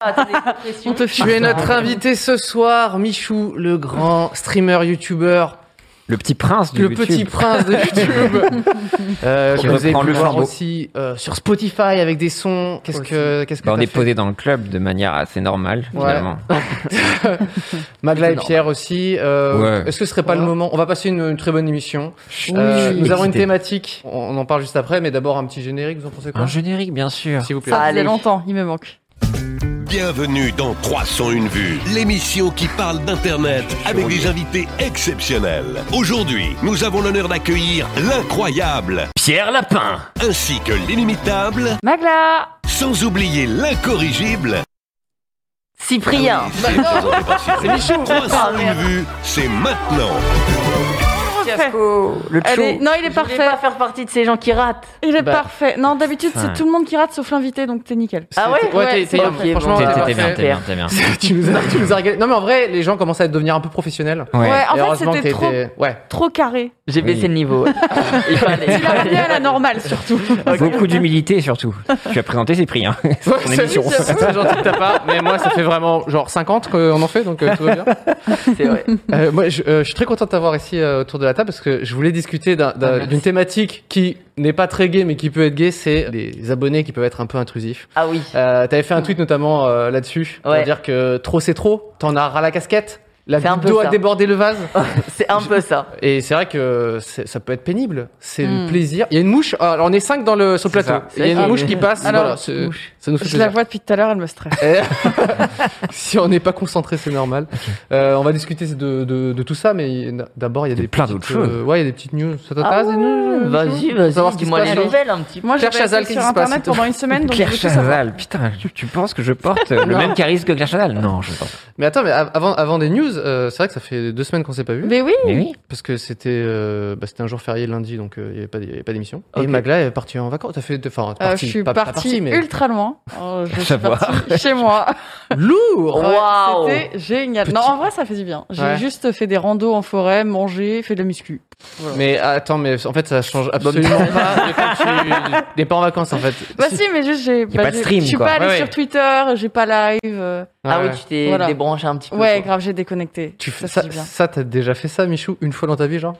Tu es notre Ah. invité ce soir, Michou, le grand streamer youtubeur, Le petit prince du le YouTube. petit prince de YouTube. euh, Qui que vous avez reprend pu le voir flambeau. aussi euh, sur Spotify avec des sons. Qu'est-ce que qu'est-ce que Bah, on t'as est fait posé dans le club de manière assez normale, Ouais. finalement. Magla et Énorme. Pierre aussi. euh, Ouais. Est-ce que ce serait pas le Ouais. moment On va passer une, une très bonne émission. je Euh, suis nous avons une excité. thématique. On, on en parle juste après, mais d'abord un petit générique. Vous en pensez quoi Un générique, bien sûr. S'il vous plaît. Ça faisait Allez. longtemps, il me manque. Bienvenue dans 301 vues, l'émission qui parle d'Internet avec des invités exceptionnels. Aujourd'hui, nous avons l'honneur d'accueillir l'incroyable Pierre Lapin, ainsi que l'inimitable, Magla sans oublier l'incorrigible. Cyprien Ah C'est Michou 301 vues, c'est maintenant Fiasco Le Allez, non, il est parfait. faire partie de ces gens qui ratent. Il est Bah. parfait. Non, d'habitude, c'est Enfin. tout le monde qui rate sauf l'invité, donc t'es nickel. Ah ouais Ouais, t'es- t'es- parfait. franchement, Ok, t'es bon. parfait. T'es bien, t'es bien, t'es bien. tu nous as, tu nous as régalé. Non mais en vrai, les gens commencent à devenir un peu professionnels. Ouais, Ouais. Et en fait, heureusement que c'était t'as trop, été- Ouais. trop carré. J'ai Oui. baissé le niveau. Il fallait. Il a revenu à la normale, surtout. Beaucoup d'humilité, surtout. Tu as présenté hein. Cyprien. Ouais, c'est émission. c'est gentil de ta part, mais moi ça fait vraiment genre 50 qu'on en fait, donc euh, tout va bien. C'est vrai. Euh, moi je, euh, je suis très content de t'avoir ici euh, autour de la table parce que je voulais discuter d'un- d'un- d'une thématique qui n'est pas très gay mais qui peut être gay, c'est les abonnés qui peuvent être un peu intrusifs. Ah oui. Euh, T'avais fait un tweet notamment euh, là-dessus pour Ouais. dire que trop c'est trop, t'en as ras la casquette, la C'est un peu vidéo a ça. débordé le vase. C'est un peu ça. Et c'est vrai que c'est- ça peut être pénible. C'est le Mm. plaisir. Il y a une mouche. ah, Alors on est cinq dans le sur le plateau. ça. Il y a une Ah, mouche mais- qui passe. Alors, voilà, c'est- mouche. ça nous fait Je la plaisir. vois depuis tout à l'heure, elle me stresse. Eh. si on n'est pas concentré, c'est normal. Euh, on va discuter de, de, de tout ça, mais d'abord il y a De des plein d'autres petites, euh, choses. ouais, il y a des petites news. Ça Ah t'intéresse des news Vas-y, Savoir ce vas-y, qui se dis-moi les passe. nouvelles un petit peu. Moi, j'ai Claire pas été Chazal, qu'est-ce sur qui se passe, Internet s'il te pendant une semaine, donc Claire je veux tout savoir. Chazal, putain, tu, tu penses que je porte euh, le Non. même charisme que Claire Chazal Non, je pense. Mais attends, mais av- avant, avant des news, euh, c'est vrai que ça fait deux semaines qu'on s'est pas vu Mais oui, Mais oui. parce que c'était euh, bah, c'était un jour férié lundi, donc euh, il n'y avait pas il y avait pas d'émission. Et Ok. Magla est partie en vacances. T'as fait, enfin, euh, partie, je suis pas- pas partie mais ultra loin. Oh, je suis Savoir. partie chez moi. lourd. Ouais, Waouh. C'était génial. Petit- Non, en vrai, ça fait du bien. J'ai Ouais. juste fait des randos en forêt, mangé, fait de la muscu. Mais attends, mais en fait, ça change absolument pas. de quand tu n'es pas en vacances, en fait. Bah si, mais juste, j'ai. Y a bah, pas de j'ai- stream, Je suis quoi. pas allée Ouais, ouais. sur Twitter, j'ai pas live. euh, Ah oui, Ouais. tu t'es Voilà. débranché un petit peu. Ouais, quoi. grave, j'ai déconnecté. Tu fais Ça ça, fait du bien. ça t'as déjà fait ça, Michou, une fois dans ta vie, genre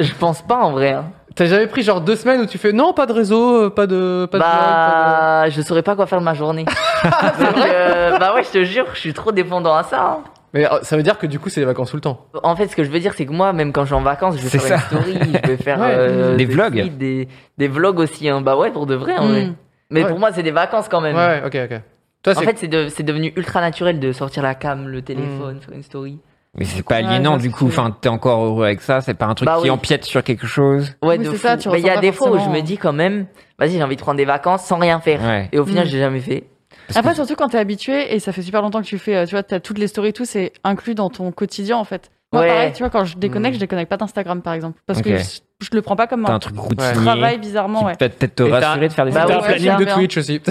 Je pense pas en vrai. hein. T'as jamais pris genre deux semaines où tu fais non, pas de réseau, euh, pas de. Pas de blog, pas Bah, je saurais pas quoi faire de ma journée. Donc, euh, bah ouais, je te jure, je suis trop dépendant à ça. hein. de- Mais euh, ça veut dire que du coup, c'est les vacances tout le temps. En fait, ce que je veux dire, c'est que moi, même quand je suis en vacances, je vais C'est faire une story, je vais faire Ouais. euh, Des vlogs. tweets, des, des vlogs aussi. hein. Bah ouais, pour de vrai. en vrai. Mm. Mais Ouais. pour moi, c'est des vacances quand Ouais, ouais, même. ok, ok. Toi, En c'est. fait, c'est de- c'est devenu ultra naturel de sortir la cam, le Mm. téléphone, faire une story. Mais c'est pas Ouais, aliénant, ça, du c'est- coup. Enfin, t'es encore heureux avec ça. C'est pas un truc Bah qui oui. empiète sur quelque chose. Oui, Ouais, de c'est fou. ça, tu Mais il y a ressens des pas fois où je forcément. me dis quand même, vas-y, j'ai envie de prendre des vacances sans rien faire. Ouais. Et au final, Mm. j'ai jamais fait. Après, surtout quand t'es habitué et ça fait super longtemps que tu fais, euh, tu vois, t'as toutes les stories et tout, c'est inclus dans ton quotidien en fait. Moi, Ouais. pareil, tu vois, quand je déconnecte, Mm. je déconnecte pas d'Instagram par exemple. Parce Ok. que je, je le prends pas comme T'as un un truc routinier. travail qui bizarrement, ouais. peut peut-être te Et t'as- rassurer de faire des T'as Bah photos. un ouais, planning j'aime de bien. Twitch aussi.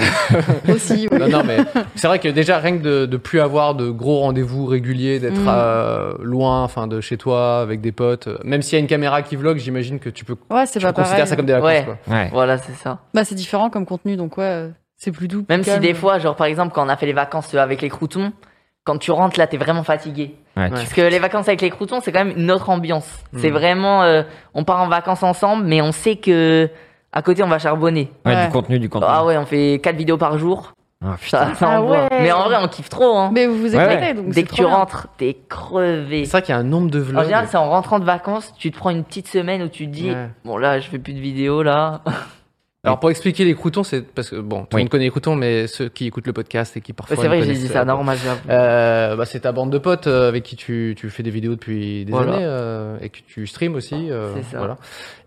Aussi, oui. non, non, mais c'est vrai que déjà, rien que de, de plus avoir de gros rendez-vous réguliers, d'être Mm. euh, loin, enfin, de chez toi, avec des potes. euh, Même s'il y a une caméra qui vlog, j'imagine que tu peux, Ouais, tu c'est peux pas considérer pareil. ça comme des vacances, Ouais. quoi. Ouais. Voilà, c'est ça. Bah, c'est différent comme contenu, donc ouais, euh, c'est plus doux. Même plus si calme. des fois, genre par exemple, quand on a fait les vacances euh, avec les croutons, quand tu rentres là, t'es vraiment fatigué. Ouais. Hmm. Parce que les vacances avec les croutons, c'est quand même une autre ambiance. Mm. C'est vraiment, euh, on part en vacances ensemble, mais on sait que à côté, on va charbonner. Ouais, Ouais. du contenu, du contenu. Ah ouais, on fait quatre vidéos par jour. Ah, putain. Ça, ça Ah envoie. ouais. Mais en vrai, on kiffe trop. Hein. Mais vous vous Ouais, éclatez, ouais. donc Dès c'est que trop tu bien. rentres, t'es crevé. C'est vrai qu'il y a un nombre de vlogs. En général, c'est en rentrant de vacances, tu te prends une petite semaine où tu te dis, Ouais. bon là, je fais plus de vidéos là. Alors pour expliquer les croutons, c'est parce que bon, tout le Oui. monde connaît les croutons, mais ceux qui écoutent le podcast et qui parfois. Ouais, c'est vrai, ne j'ai connaissent, dit euh, ça, normal, j'avoue. Euh, bah, c'est ta bande de potes euh, avec qui tu, tu fais des vidéos depuis des Voilà. années euh, et que tu streams aussi. euh, C'est ça. Voilà.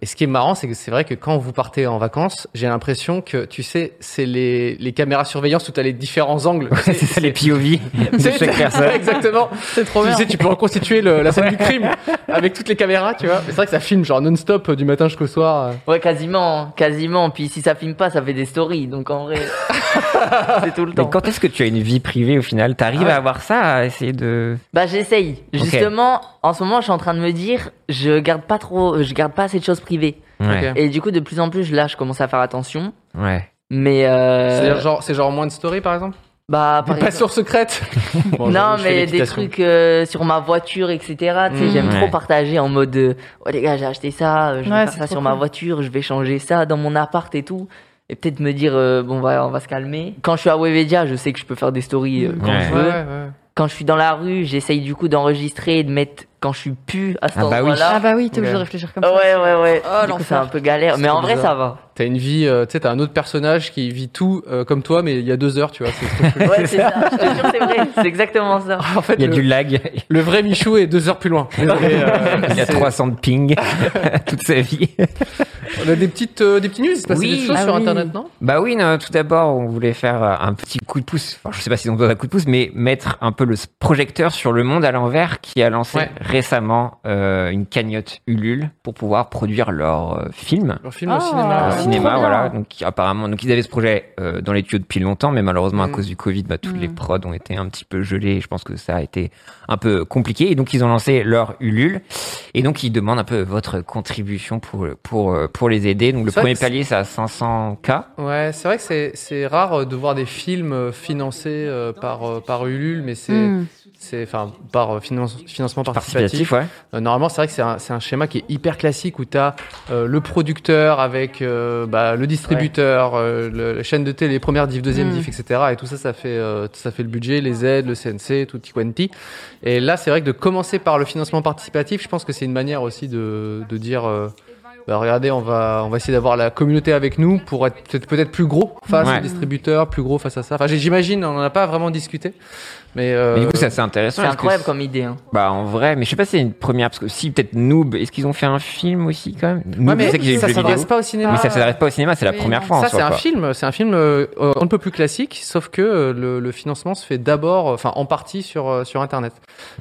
Et ce qui est marrant, c'est que c'est vrai que quand vous partez en vacances, j'ai l'impression que tu sais, c'est les, les caméras surveillance où t'as les différents angles. C'est ça les POV de C'est- chaque personne. Exactement. C'est trop tu bien. sais, tu peux reconstituer le- la scène du crime avec toutes les caméras, tu vois. Mais C'est vrai que ça filme genre non-stop euh, du matin jusqu'au soir. euh. Ouais, quasiment, hein, quasiment. Puis si ça filme pas, ça fait des stories. Donc en vrai, c'est tout le Mais temps. quand est-ce que tu as une vie privée au final T'arrives Ah ouais. à avoir ça, à essayer de. Bah j'essaye. Ok. Justement, en ce moment, je suis en train de me dire, je garde pas trop, je garde pas assez de choses privées. Ouais. Et du coup, de plus en plus, là, je commence à faire attention. Ouais. Mais C'est euh, genre, c'est genre moins de story par exemple. bah Des par exemple- passures secrètes. Bon, je- non, je fais mais des l'équitation. trucs euh, sur ma voiture, etc. Tu sais, Mmh. j'aime Hmm. Ouais. trop partager en mode euh, Oh les gars, j'ai acheté ça, euh, Ouais, je vais faire c'est ça trop sur ma cool. voiture, je vais changer ça dans mon appart et tout. Et peut-être me dire euh, Bon, va, on va se calmer. Quand je suis à Webedia, je sais que je peux faire des stories euh, quand Ouais. je Ouais, veux. ouais, ouais. Quand je suis dans la rue, j'essaye du coup d'enregistrer et de mettre quand je suis pu à cet Ah bah oui. Ah endroit-là. bah oui, t'es obligé Ouais. de réfléchir comme ça. ouais, ouais, ouais. Oh, du coup, c'est l'enfer. un peu galère. C'est Mais en trop vrai, bizarre. ça va. T'as une vie, euh, tu sais, t'as un autre personnage qui vit tout euh, comme toi, mais il y a deux heures, tu vois. c'est- Ouais, c'est ça. Je te jure, c'est vrai. C'est exactement ça. En fait, Il y a le, du lag, le vrai Michou est deux heures plus loin. Désolé, euh, il y a c'est- 300 de ping toute sa vie. On a des petites, euh, des petites news, il se passe Oui, des choses ah sur oui. Internet, non Bah oui, non, tout d'abord, on voulait faire euh, un petit coup de pouce. Enfin, je sais pas si on donne un coup de pouce, mais mettre un peu le s- projecteur sur le monde à l'envers qui a lancé Ouais. récemment euh, une cagnotte Ulule pour pouvoir produire leur euh, film Leur film Ah. au cinéma. au Ah, cinéma. trop bien. Voilà. Donc, apparemment, donc ils avaient ce projet euh, dans les tuyaux depuis longtemps, mais malheureusement, à Mm. cause du Covid, bah, toutes Mm. les prods ont été un petit peu gelées. Et je pense que ça a été un peu compliqué. Et donc, ils ont lancé leur Ulule. Et donc, ils demandent un peu votre contribution pour, pour, euh, pour les aider. Donc, le C'est vrai premier que c'est- palier, c'est à 500K. Ouais, c'est vrai que c'est, c'est rare euh, de voir des films euh, financés euh, par, euh, par Ulule, mais c'est, Hmm. c'est, enfin, par euh, finance- financement participatif. Participatif, ouais. Euh, normalement, c'est vrai que c'est un, c'est un schéma qui est hyper classique où tu as le producteur avec euh, bah, le distributeur, euh, le- la chaîne de télé, première diff, deuxième Hmm. Mm. diff, etc. Et tout ça, ça fait, euh, ça fait le budget, les aides, le CNC, tout quanti. Et là, c'est vrai que de commencer par le financement participatif, je pense que c'est une manière aussi de, de dire. euh, bah, regardez, on va, on va essayer d'avoir la communauté avec nous pour être peut-être peut-être plus gros face Ouais. au distributeur, plus gros face à ça. Enfin, j'ai- j'imagine, on n'en a pas vraiment discuté. Mais, euh, Mais du coup, ça c'est intéressant. C'est parce que incroyable comme idée. hein. Bah en vrai, mais je sais pas si c'est une première parce que si peut-être Noob, est-ce qu'ils ont fait un film aussi quand même Noob, ouais, je mais sais qu'il y a eu ça le jeu s'adresse vidéo. pas au cinéma. Mais ça s'adresse pas au cinéma, c'est la Oui, première non. fois. en Ça, soi, c'est un quoi. film, c'est un film euh, euh, on ne peut plus classique, sauf que euh, le, le financement se fait d'abord, euh, enfin en partie sur, euh, sur Internet.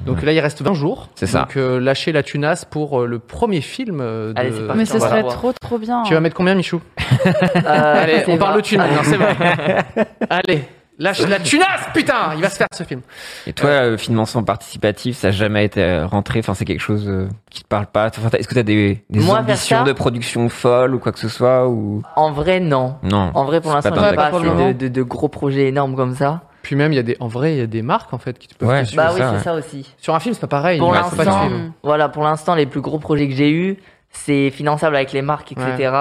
Donc là, il reste 20 jours. C'est ça. Donc euh, lâchez la tunasse pour euh, le premier film euh, de... Allez, c'est parti. Mais ce Voilà. serait trop trop bien. Tu vas mettre combien, Michou Euh, Allez, c'est on parle vrai. de thunes maintenant, c'est vrai. Allez, lâche la tunasse, putain Il va se faire ce film. Et toi, euh, financement participatif, ça a jamais été euh, rentré. Enfin, c'est quelque chose euh, qui te parle pas. Enfin, t'as- est-ce que t'as des, des Moi, faire ambitions ça de production folle ou quoi que ce soit ou En vrai, non. non En vrai, pour C'est pas l'instant, dans j'ai le pas paquet. assez de, de- de gros projets énormes comme ça. Puis même, il y a des, en vrai, il y a des marques en fait qui te peuvent Ouais. te suivre. Bah oui, ça, ouais. c'est ça aussi. Sur un film, c'est pas pareil. Pour ils peuvent pas te l'instant, suivre. Hmm. Voilà, pour l'instant, les plus gros projets que j'ai eus, c'est finançable avec les marques, etc.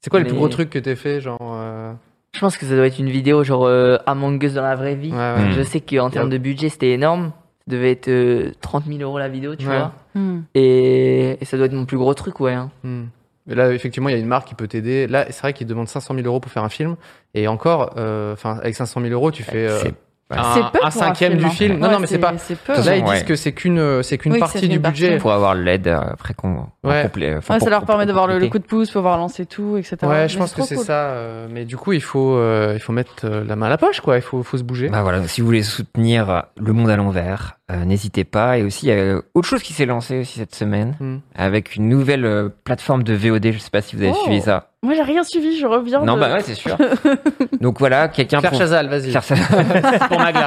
C'est quoi les plus Mais- gros trucs que t'es fait, genre euh, Je pense que ça doit être une vidéo genre euh, Among Us dans la vraie vie. ouais, ouais. Mm. Je sais qu'en termes de budget, c'était énorme. Ça devait être euh, 30 000 euros la vidéo, tu Ouais. vois. Hmm. Et, et ça doit être mon plus gros truc, ouais. hein. Hmm. Et là, effectivement, il y a une marque qui peut t'aider. Là, c'est vrai qu'ils demandent 500 000 euros pour faire un film. Et encore, euh, enfin, avec 500 000 euros, tu fais euh, C'est- un, C'est peu un pour un cinquième film, du hein. film. Non, Ouais, non, mais c'est pas. C'est peu. Là, ils Ouais. disent que c'est qu'une, euh, c'est qu'une Oui, que ça partie fait du une partie. budget. pour avoir l'aide euh, après qu'on Ouais. complet- enfin, Ouais, pour- ça leur pour- permet pour d'avoir le, le compléter. coup de pouce, pouvoir lancer tout, etc. Ouais, je Mais pense que trop c'est cool. ça. euh, mais du coup, il faut, euh, il faut mettre euh, la main à la poche, quoi. Il faut, faut se bouger. Bah voilà, donc si vous voulez soutenir euh, le monde à l'envers, euh, n'hésitez pas. Et aussi, il y a euh, autre chose qui s'est lancée aussi cette semaine, Hmm. avec une nouvelle euh, plateforme de VOD. Je sais pas si vous avez Oh. suivi ça. Moi, j'ai rien suivi, je reviens. Non, de- bah ouais, c'est sûr. Donc voilà, quelqu'un Claire pour- Chazal, vas-y. Claire Chazal.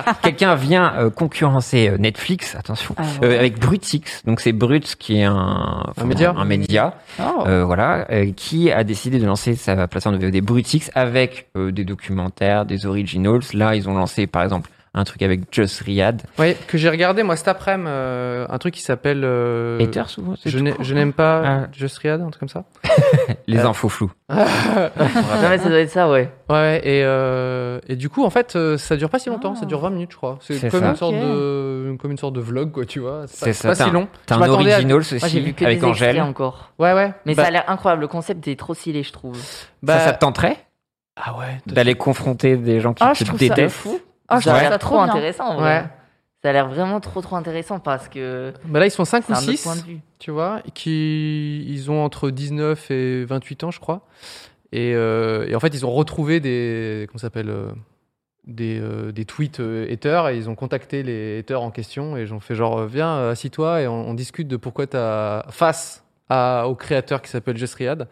quelqu'un vient euh, concurrencer euh, Netflix, attention, Ah, euh, ouais. avec Brutix. Donc c'est Brut qui est un, enfin, média. un média, Oh. euh, voilà, euh, qui a décidé de lancer sa plateforme de VOD Brutix avec euh, des documentaires, des originals. Là, ils ont lancé par exemple un truc avec Just Riyad. Ouais, que j'ai regardé moi cet après-midi, euh, un truc qui s'appelle. euh, Haters ou c'est je tout n'ai- court, je n'aime pas Ah. Just Riyad, un truc comme ça. Les Euh, infos floues. Non, mais ça doit être ça, ouais. Ouais, ouais, et, euh, et du coup, en fait, euh, ça dure pas si longtemps, Ah. ça dure 20 minutes, je crois. C'est C'est comme, ça. une sorte Ok. de- comme une sorte de vlog, quoi, tu vois. C'est pas, ça, pas t'as si un- long. T'as Je un m'attendais à- original Moi, j'ai vu ceci que avec des extraits Angèle. encore. Ouais, ouais. Mais Bah- ça a l'air incroyable. Le concept est trop stylé, je trouve. bah- Ça, ça te tenterait Ah ouais. toi, d'aller confronter des gens qui Ah, je te trouve ça de détestent fou. Ah, je ça a trouve l'air ça trop trop bien. intéressant. en vrai. Ouais. Ça a l'air vraiment trop trop intéressant parce que tu- Bah là, ils sont 5 c'est ou un autre point de 6, vue. tu vois, qui ils ont entre 19 et 28 ans, je crois. Et, euh, et en fait, ils ont retrouvé des. Comment ça s'appelle euh, des, euh, des tweets euh, haters et ils ont contacté les haters en question et j'en fais genre euh, viens euh, assis-toi et on, on discute de pourquoi t'as face à, au créateur qui s'appelle Jess Riad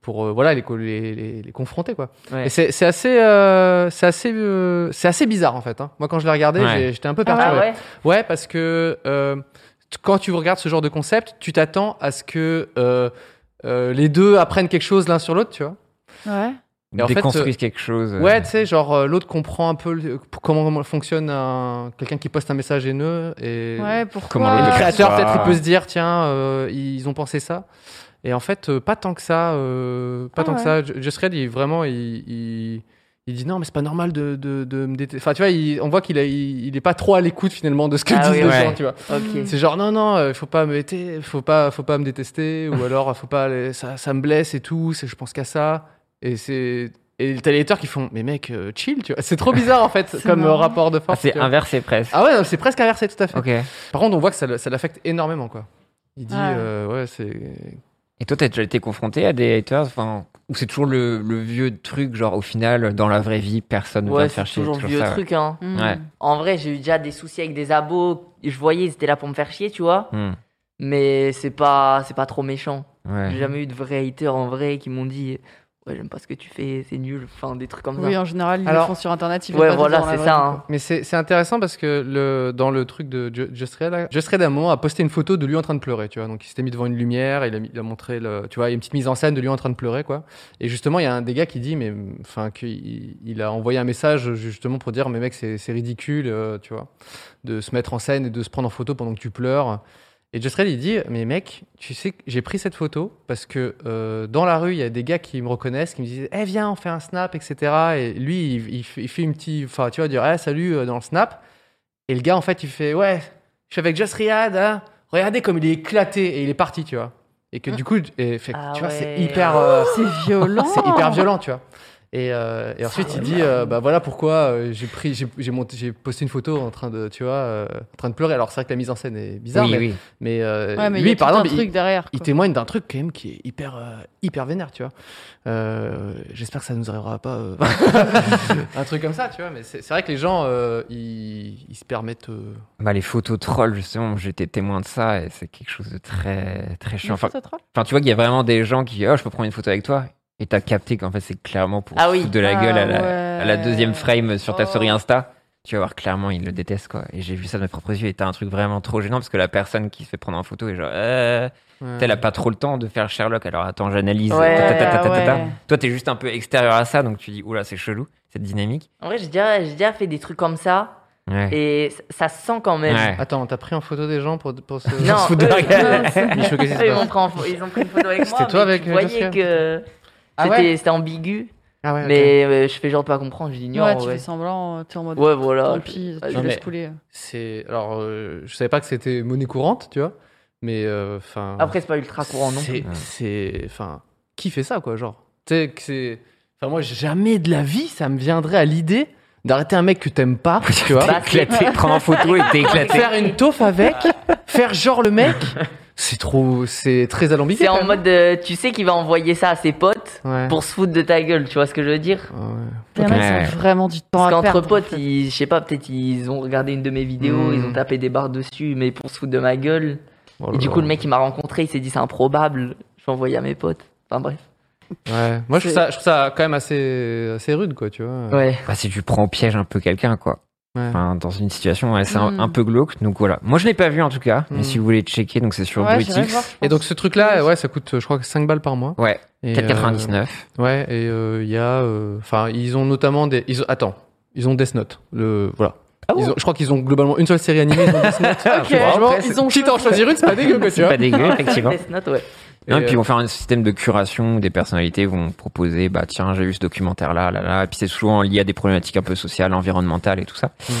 pour euh, voilà les, co- les, les, les confronter quoi Ouais. et c'est c'est assez euh, c'est assez euh, c'est assez bizarre en fait hein. moi quand je l'ai regardé Ouais. j'ai- j'étais un peu perturbé Ah ouais. Ouais, parce que euh, t- quand tu regardes ce genre de concept, tu t'attends à ce que euh, euh, les deux apprennent quelque chose l'un sur l'autre, tu vois. Ouais. Et en fait, Déconstruisent quelque chose. euh, Ouais, tu sais, genre euh, l'autre comprend un peu le- comment fonctionne un- quelqu'un qui poste un message haineux et Ouais, pourquoi Comment le Ah, créateur ça. peut-être il peut se dire tiens euh, ils ont pensé ça. Et en fait, euh, pas tant que ça, euh, pas Ah tant que ouais. ça. J- Just Red, il vraiment, il, il, il dit non, mais c'est pas normal de, de, de me détester. Enfin, tu vois, il- on voit qu'il a- il, il est pas trop à l'écoute finalement de ce que Ah disent oui, les ouais. gens, tu vois. Mm. Ok. C'est genre non non, euh, faut pas me hater, faut pas faut pas me détester ou alors faut pas aller- ça ça me blesse et tout, c'est je pense qu'à ça et c'est et t'as les haters qui font mais mec euh, chill tu vois, c'est trop bizarre en fait C'est comme euh, marrant. rapport de ah, force. c'est tu vois. inversé presque. Ah ouais, non, c'est presque inversé tout à fait. Ok. Par contre, on voit que ça le- ça l'affecte énormément quoi. Il dit Ouais. euh, ouais, c'est Et toi, t'as déjà été confronté à des haters enfin, Ou c'est toujours le, le vieux truc, genre au final, dans la vraie vie, personne ne vient Ouais, te faire c'est chier toujours toujours vieux ça, ouais. truc. Hein. Hmm. Ouais. En vrai, j'ai eu déjà des soucis avec des abos. Je voyais, ils étaient là pour me faire chier, tu vois. Hmm, Mais c'est pas, c'est pas trop méchant. ouais. J'ai jamais eu de vrais haters en vrai qui m'ont dit ouais j'aime pas ce que tu fais, c'est nul, enfin des trucs comme Oui, ça. en général, ils Alors- le font sur Internet. Ils viennent pas Ouais te voilà dire dans la c'est vraie ça. vie, hein. mais c'est c'est intéressant parce que le dans le truc de Ju- Just Red, là, Just Red à un moment a posté une photo de lui en train de pleurer, tu vois. Donc il s'était mis devant une lumière, il a, mis- il a montré le, tu vois, il y a une petite mise en scène de lui en train de pleurer quoi. Et justement, il y a un des gars qui dit mais enfin qu'il il a envoyé un message justement pour dire mais mec c'est c'est ridicule, euh, tu vois, de se mettre en scène et de se prendre en photo pendant que tu pleures. Et Just Red, il dit mais mec tu sais que j'ai pris cette photo parce que euh, dans la rue il y a des gars qui me reconnaissent qui me disent eh viens on fait un snap etc. Et lui il, il fait- il fait une petite enfin tu vois dire eh salut euh, dans le snap. Et le gars en fait il fait ouais je suis avec Just Riyad, hein. regardez comme il est éclaté et il est parti tu vois. Et que du coup, et, fait- Ah tu vois, c'est ouais. hyper. euh, quoi. C'est violent. c'est hyper violent, tu vois. Et, euh, et ensuite, il dit, euh, bah voilà pourquoi euh, j'ai pris, j'ai j'ai monté, j'ai posté une photo en train de, tu vois, euh, en train de pleurer. Alors c'est vrai que la mise en scène est bizarre, oui, mais, oui. mais, euh, Ouais, mais il y lui, a par tout exemple, un truc il, derrière. il quoi. témoigne d'un truc quand même qui est hyper, euh, hyper vénère, tu vois. Euh, J'espère que ça nous arrivera pas. euh, un truc comme ça, tu vois. Mais c'est c'est vrai que les gens, euh, ils, ils se permettent. euh, Bah, les photos trolls, justement, j'étais témoin de ça et c'est quelque chose de très, très chiant. Enfin, Ça te troll enfin, tu vois qu'il y a vraiment des gens qui, oh, je peux prendre une photo avec toi. Et t'as capté qu'en fait, c'est clairement pour Ah se oui. foutre de la Ah gueule à la, à la ouais. deuxième frame sur ta Oh. story Insta. Tu vas voir, clairement, ils le détestent, quoi. Et j'ai vu ça de mes propres yeux. Et t'as un truc vraiment trop gênant parce que la personne qui se fait prendre en photo est genre, euh, elle a pas trop le temps de faire Sherlock, alors attends, j'analyse. Ouais, ta, ta, ta, ta, ta, ta. ouais. Toi, t'es juste un peu extérieur à ça, donc tu dis, oula, c'est chelou, cette dynamique. En vrai j'ai déjà, j'ai déjà fait des trucs comme ça Ouais. et ça- ça se sent quand même. Ouais. Attends, t'as pris en photo des gens pour, pour se. Non, se fout de la eux- gueule. Michou, qu'est-ce qui se Eux, ils, m'ont passe pris en pho- ils ont pris une photo avec moi. C'était toi mais avec, tu euh, voyais Jessica que Ah ouais c'était c'était ambigu, Ah ouais, ok. mais euh, je fais genre de pas comprendre, je l'ignore. Ouais, tu ouais. fais semblant, euh, t'es en mode. Ouais, voilà. Tant pis, Ouais, tu je- laisses mais- couler. C'est alors euh, je savais pas que c'était monnaie courante, tu vois, mais euh, enfin Après, c'est pas ultra courant non c'est plus. c'est enfin qui fait ça quoi genre tu sais que c'est enfin moi jamais de la vie ça me viendrait à l'idée d'arrêter un mec que t'aimes pas, tu vois, Bah, c'est- Éclaté, prendre en photo et t'es éclaté. faire une taufe avec, faire genre le mec, c'est trop c'est très alambiqué. C'est quand en même. mode, euh, tu sais qu'il va envoyer ça à ses potes ouais. pour se foutre de ta gueule, tu vois ce que je veux dire Ah ouais. Il y en a, Ouais. ils ont vraiment du temps Parce à qu'entre perdre. potes, ils, je sais pas, peut-être ils ont regardé une de mes vidéos, Mm. ils ont tapé des barres dessus, mais pour se foutre de ma gueule. Oh là et du là. coup, le mec, il m'a rencontré, il s'est dit c'est improbable, je vais envoyer à mes potes. Enfin bref. Ouais. Moi je trouve ça je trouve ça quand même assez assez rude quoi, tu vois. Ouais. Bah, si tu prends au piège un peu quelqu'un, quoi. Ouais. Enfin, dans une situation, ouais, c'est un- Mm. un, peu glauque. Donc voilà. Moi, je l'ai pas vu en tout cas. Mais Mm. si vous voulez checker, donc c'est sur Ouais, Blue j'irai Tix. voir, je pense. Et donc ce truc là, ouais, ça coûte je crois que 5 balles par mois. Ouais, Et, euh, 4,99. Ouais, euh, et il y a. Enfin, ils ont notamment des. Ils ont- attends, ils ont Death Note. Le, voilà. Ah bon Ils ont- je crois qu'ils ont globalement une seule série animée. Ils ont Death Note. Ok, bon, je vois, Ah, après, ils ont Quitte à en choisir une, c'est pas dégueu, quoi, tu C'est vois. pas dégueu, effectivement. Death Note, ouais. Non, et Et, puis ils euh, vont faire un système de curation où des personnalités vont proposer, bah tiens, j'ai vu ce documentaire là, là, là. Et puis c'est souvent lié à des problématiques un peu sociales, environnementales et tout ça. Mmh.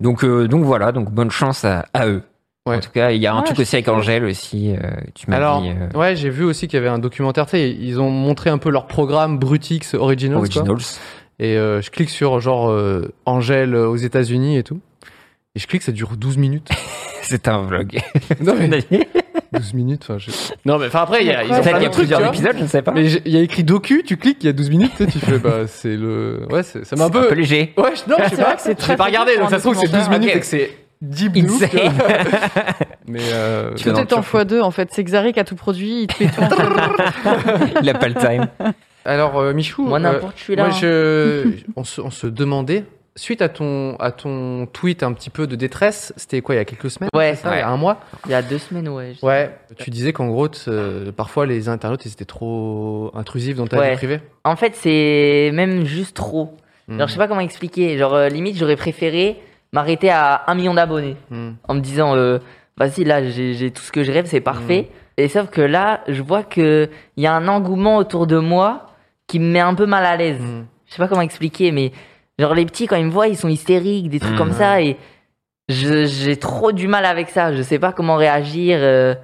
Donc, euh, donc voilà, donc bonne chance à, à eux. Ouais. En tout cas, il y a un Ouais, truc je- aussi avec Angèle aussi. euh, tu m'as Alors, dit euh, ouais, j'ai vu aussi qu'il y avait un documentaire. tu sais, ils ont montré un peu leur programme Brutix Originals. quoi. Originals. Et euh, je clique sur genre euh, Angèle euh, aux États-Unis et tout. Et je clique, ça dure 12 minutes. C'est un vlog. non, mais Peut-être 12 minutes. enfin, je- Non, mais enfin, après, il y a, ils ont Peut-être plein qu'il y a de trucs, plusieurs tu vois. épisodes, je ne sais pas. Mais j'ai- il y a écrit docu, tu cliques, il y a 12 minutes, tu sais, tu fais, bah, c'est le. Ouais, c'est- ça m'a un un peu. peu léger. Ouais, je- non, je sais C'est pas. vrai que c'est J'ai très pas regardé, pour donc un ça se trouve que c'est 12 documentaire. minutes Ok. et que c'est 10 minutes. Insane. Mais. euh, Tu Tout dans est en x2 en fait. C'est Xaric a tout produit, il te fait tout. en- Il a pas le time. Alors, euh, Michou. Moi, euh, n'importe, je suis là. hein. Moi, je, on, se, on se demandait, suite à ton, à ton tweet un petit peu de détresse, c'était quoi, il y a quelques semaines Ouais, c'est ça, ouais. Il y a un mois Il y a deux semaines, ouais. je- Ouais. Tu disais qu'en gros, t- euh, parfois les internautes, ils étaient trop intrusifs dans ta Ouais. vie privée. En fait, c'est même juste trop. Genre, Hmm. je sais pas comment expliquer. Genre, euh, limite, j'aurais préféré m'arrêter à un million d'abonnés Mm. en me disant, euh, vas-y, là, j'ai j'ai tout ce que je rêve, c'est parfait. Hmm. Et sauf que là, je vois qu'il y a un engouement autour de moi qui me met un peu mal à l'aise. Mm. Je sais pas comment expliquer, mais genre, les petits, quand ils me voient, ils sont hystériques, des trucs Mm. comme ça. Et je- j'ai trop du mal avec ça. Je sais pas comment réagir. euh.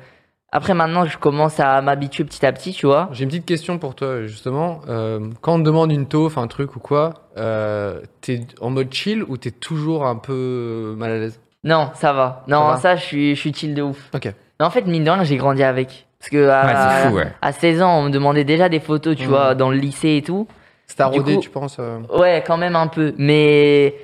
Après, maintenant, je commence à m'habituer petit à petit, tu vois. J'ai une petite question pour toi, justement. Euh, quand on te demande une taupe, un truc ou quoi, euh, t'es en mode chill ou t'es toujours un peu mal à l'aise Non, ça va. Ça Non, va. ça, je, suis, je suis chill de ouf. Ok. Mais en fait, mine de rien, j'ai grandi avec. Parce que à, Ouais, Ah. c'est fou, ouais. Mmh. à 16 ans, on me demandait déjà des photos, tu Mhm. vois, dans le lycée et tout. C'est à Du roder, coup- tu penses euh, Ouais, quand même un peu. Mais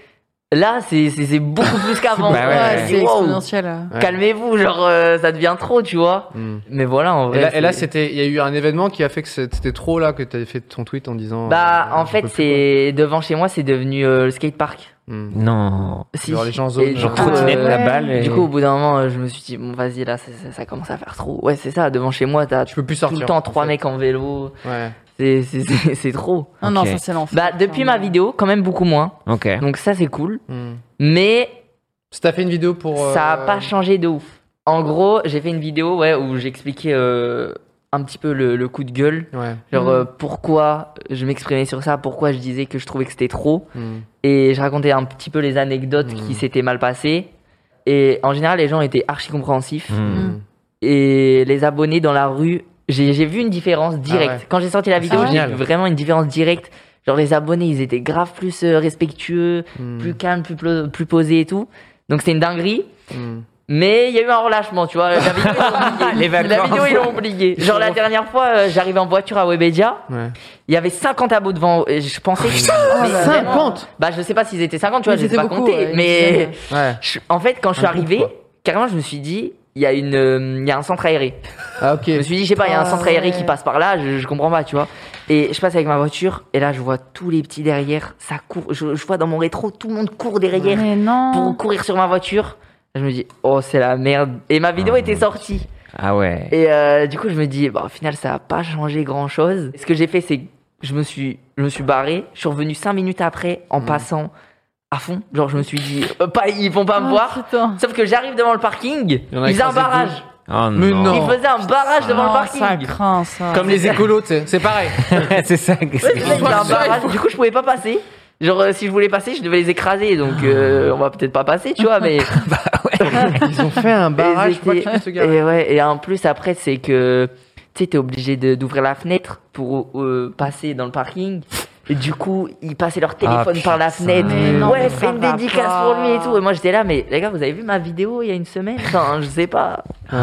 là, c'est c'est- c'est beaucoup plus qu'avant. Bah ouais, ouais. c'est C'est wow. exponentiel. euh. Ouais. Calmez-vous, genre, euh, ça devient trop, tu vois. mm. Mais voilà, en vrai. Et là, et là, c'est- c'était, il y a eu un événement qui a fait que c'était trop là que t'avais fait ton tweet en disant. Bah, euh, en je fait, peux plus, c'est. Devant chez moi, c'est devenu euh, le skatepark. quoi. Mm. Non. Si. Genre les gens Et zones, du genre coup, Ah, Trottinette, euh, la balle. Et... Du coup, au bout d'un moment, euh, je me suis dit, bon, vas-y, là, ça, ça- ça commence à faire trop. Ouais, c'est ça, devant chez moi, t'as Je peux plus tout sortir. le temps trois en fait. mecs en vélo. Ouais. C'est- C'est c'est- c'est trop. Non, non, Ok. ça c'est l'enfer. Bah, depuis ma vidéo, quand même beaucoup moins. ok. Donc ça, c'est cool. Mm. Mais Si t'as fait une vidéo pour. ça a euh, pas changé de ouf. En gros, j'ai fait une vidéo ouais, où j'expliquais euh, un petit peu le, le coup de gueule. Ouais. Genre Mm. euh, pourquoi je m'exprimais sur ça, pourquoi je disais que je trouvais que c'était trop. Mm. Et je racontais un petit peu les anecdotes Mm. qui s'étaient mal passées. Et en général, les gens étaient archi compréhensifs. Hmm. Mm. Et les abonnés dans la rue, j'ai j'ai vu une différence directe. Ah ouais. Quand j'ai sorti la vidéo, Ah j'ai génial. vu vraiment une différence directe. Genre les abonnés, ils étaient grave plus euh, respectueux, Mm. plus calmes, plus, plo- plus posés et tout. Donc c'est une dinguerie. Mm. Mais il y a eu un relâchement, tu vois. La vidéo, ils l'ont oublié. Les La vacances. vidéo, ils l'ont oublié. Genre la dernière fois, euh, j'arrivais en voiture à Webedia, Ouais. il y avait 50 abos devant. et je pensais que... Mais là là. vraiment- 50? Ah, Bah je sais pas s'ils étaient 50, tu vois, Ils je sais étaient pas beaucoup, compter. ouais, une mais dizaine. Ouais. je- en fait, quand je suis Un groupe, arrivé, quoi. carrément, je me suis dit, il y a une, euh, il y a un centre aéré. Ah ok. Je me suis dit, je sais pas, il y a un Ah centre aéré qui ouais. passe par là, je, je comprends pas, tu vois. Et je passe avec ma voiture, et là, je vois tous les petits derrière, ça court. Je, je vois dans mon rétro, tout le monde court derrière Mais pour non. courir sur ma voiture. Je me dis, oh, c'est la merde. Et ma vidéo Ah, était sortie. Ah ouais. Et euh, du coup, je me dis, bah, au final, ça a pas changé grand chose. Ce que j'ai fait, c'est que je me suis, je me suis barré. Je suis revenu cinq minutes après Mm. en passant à fond. Genre, je me suis dit, euh, pas, ils vont pas me Oh, Ah, voir. putain. Sauf que j'arrive devant le parking, Il y en a ils faisaient un écrasé barrage. Oh non. Mais non. Ils faisaient un barrage devant Ah, le Non, Oh, ça parking. craint ça. Comme les écolos, tu sais. C'est pareil. c'est ça. Ouais, c'est ça, ils faisaient un Ça, il barrage. Du coup, je pouvais pas passer. Genre, euh, si je voulais passer, je devais les écraser. Ah. Donc, euh, on va peut-être pas passer, tu vois, mais. Ils ont fait un barrage. Je crois étaient- qu'ils se garent. Et ouais, et en plus après c'est que tu sais t'es obligé de- d'ouvrir la fenêtre pour euh, passer dans le parking. Et du coup, ils passaient leur téléphone par la Ah, putain. fenêtre. Mais non, ouais, mais fais ça une va dédicace pas. pour lui et tout. Et moi j'étais là, mais les gars, vous avez vu ma vidéo il y a une semaine Enfin, je sais pas. Ouais.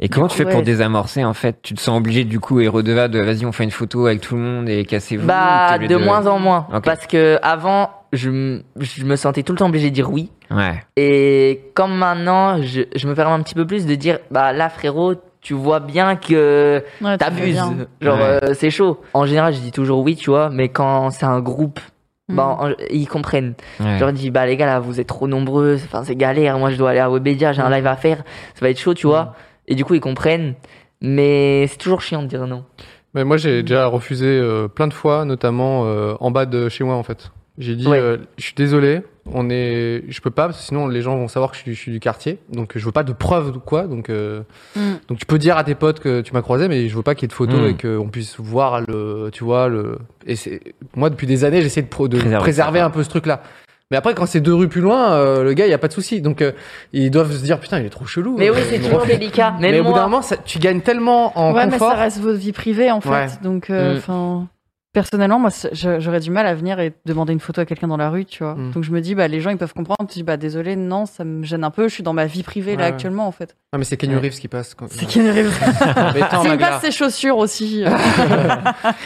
Et comment tu fais Ouais. pour désamorcer en fait Tu te sens obligé du coup et redevable de vas-y on fait une photo avec tout le monde et cassez-vous. ou t'es Bah, de, obligé moins en moins. Ok. Parce que avant, je, m- je me sentais tout le temps obligé de dire oui. Ouais. Et comme maintenant, je, je me permets un petit peu plus de dire, bah là frérot, tu vois bien que Ouais, tu fais T'abuses. bien. Genre, Ouais. euh, c'est chaud. En général, je dis toujours oui, tu vois, mais quand c'est un groupe, Mm. bah, en- ils comprennent. ouais. Je leur dis, bah, les gars, là, vous êtes trop nombreux, enfin, c'est galère, moi, je dois aller à Webedia, j'ai un live à faire, ça va être chaud, Mm. tu vois. Et du coup, ils comprennent, mais c'est toujours chiant de dire non. Mais moi, j'ai déjà refusé euh, plein de fois, notamment euh, en bas de chez moi, en fait. J'ai dit, Ouais. euh, je suis désolé, on est, je peux pas, parce que sinon les gens vont savoir que je suis, je suis du quartier, donc je veux pas de preuves ou quoi, donc euh, Hmm. Mm. donc tu peux dire à tes potes que tu m'as croisé, mais je veux pas qu'il y ait de photos Mm. et qu'on puisse voir le, tu vois le, et c'est, moi depuis des années j'essaie de, pro- de Préserver préserver, ça, un peu ce truc là. Mais après, quand c'est deux rues plus loin, euh, le gars, il y a pas de souci. Donc, euh, ils doivent se dire putain, il est trop chelou. Mais euh, oui, c'est il me toujours refuse. délicat. Même Mais au bout moi, d'un moment, ça- tu gagnes tellement en ouais, mais confort. ça reste votre vie privée en fait. Ouais. Donc, euh, Mm. 'fin, personnellement, moi, c'est- je- j'aurais du mal à venir et demander une photo à quelqu'un dans la rue, tu vois. Mm. Donc, je me dis, bah, les gens, ils peuvent comprendre. Tu dis, bah, désolé, non, ça me gêne un peu. Je suis dans ma vie privée là Ouais, ouais. actuellement, en fait. Ah, mais c'est Kenny Ouais. Reeves qui passe. quand- C'est qu'il arrive. Mais attends, Ah, S'il ma gare. Ah, passe ses chaussures aussi. euh,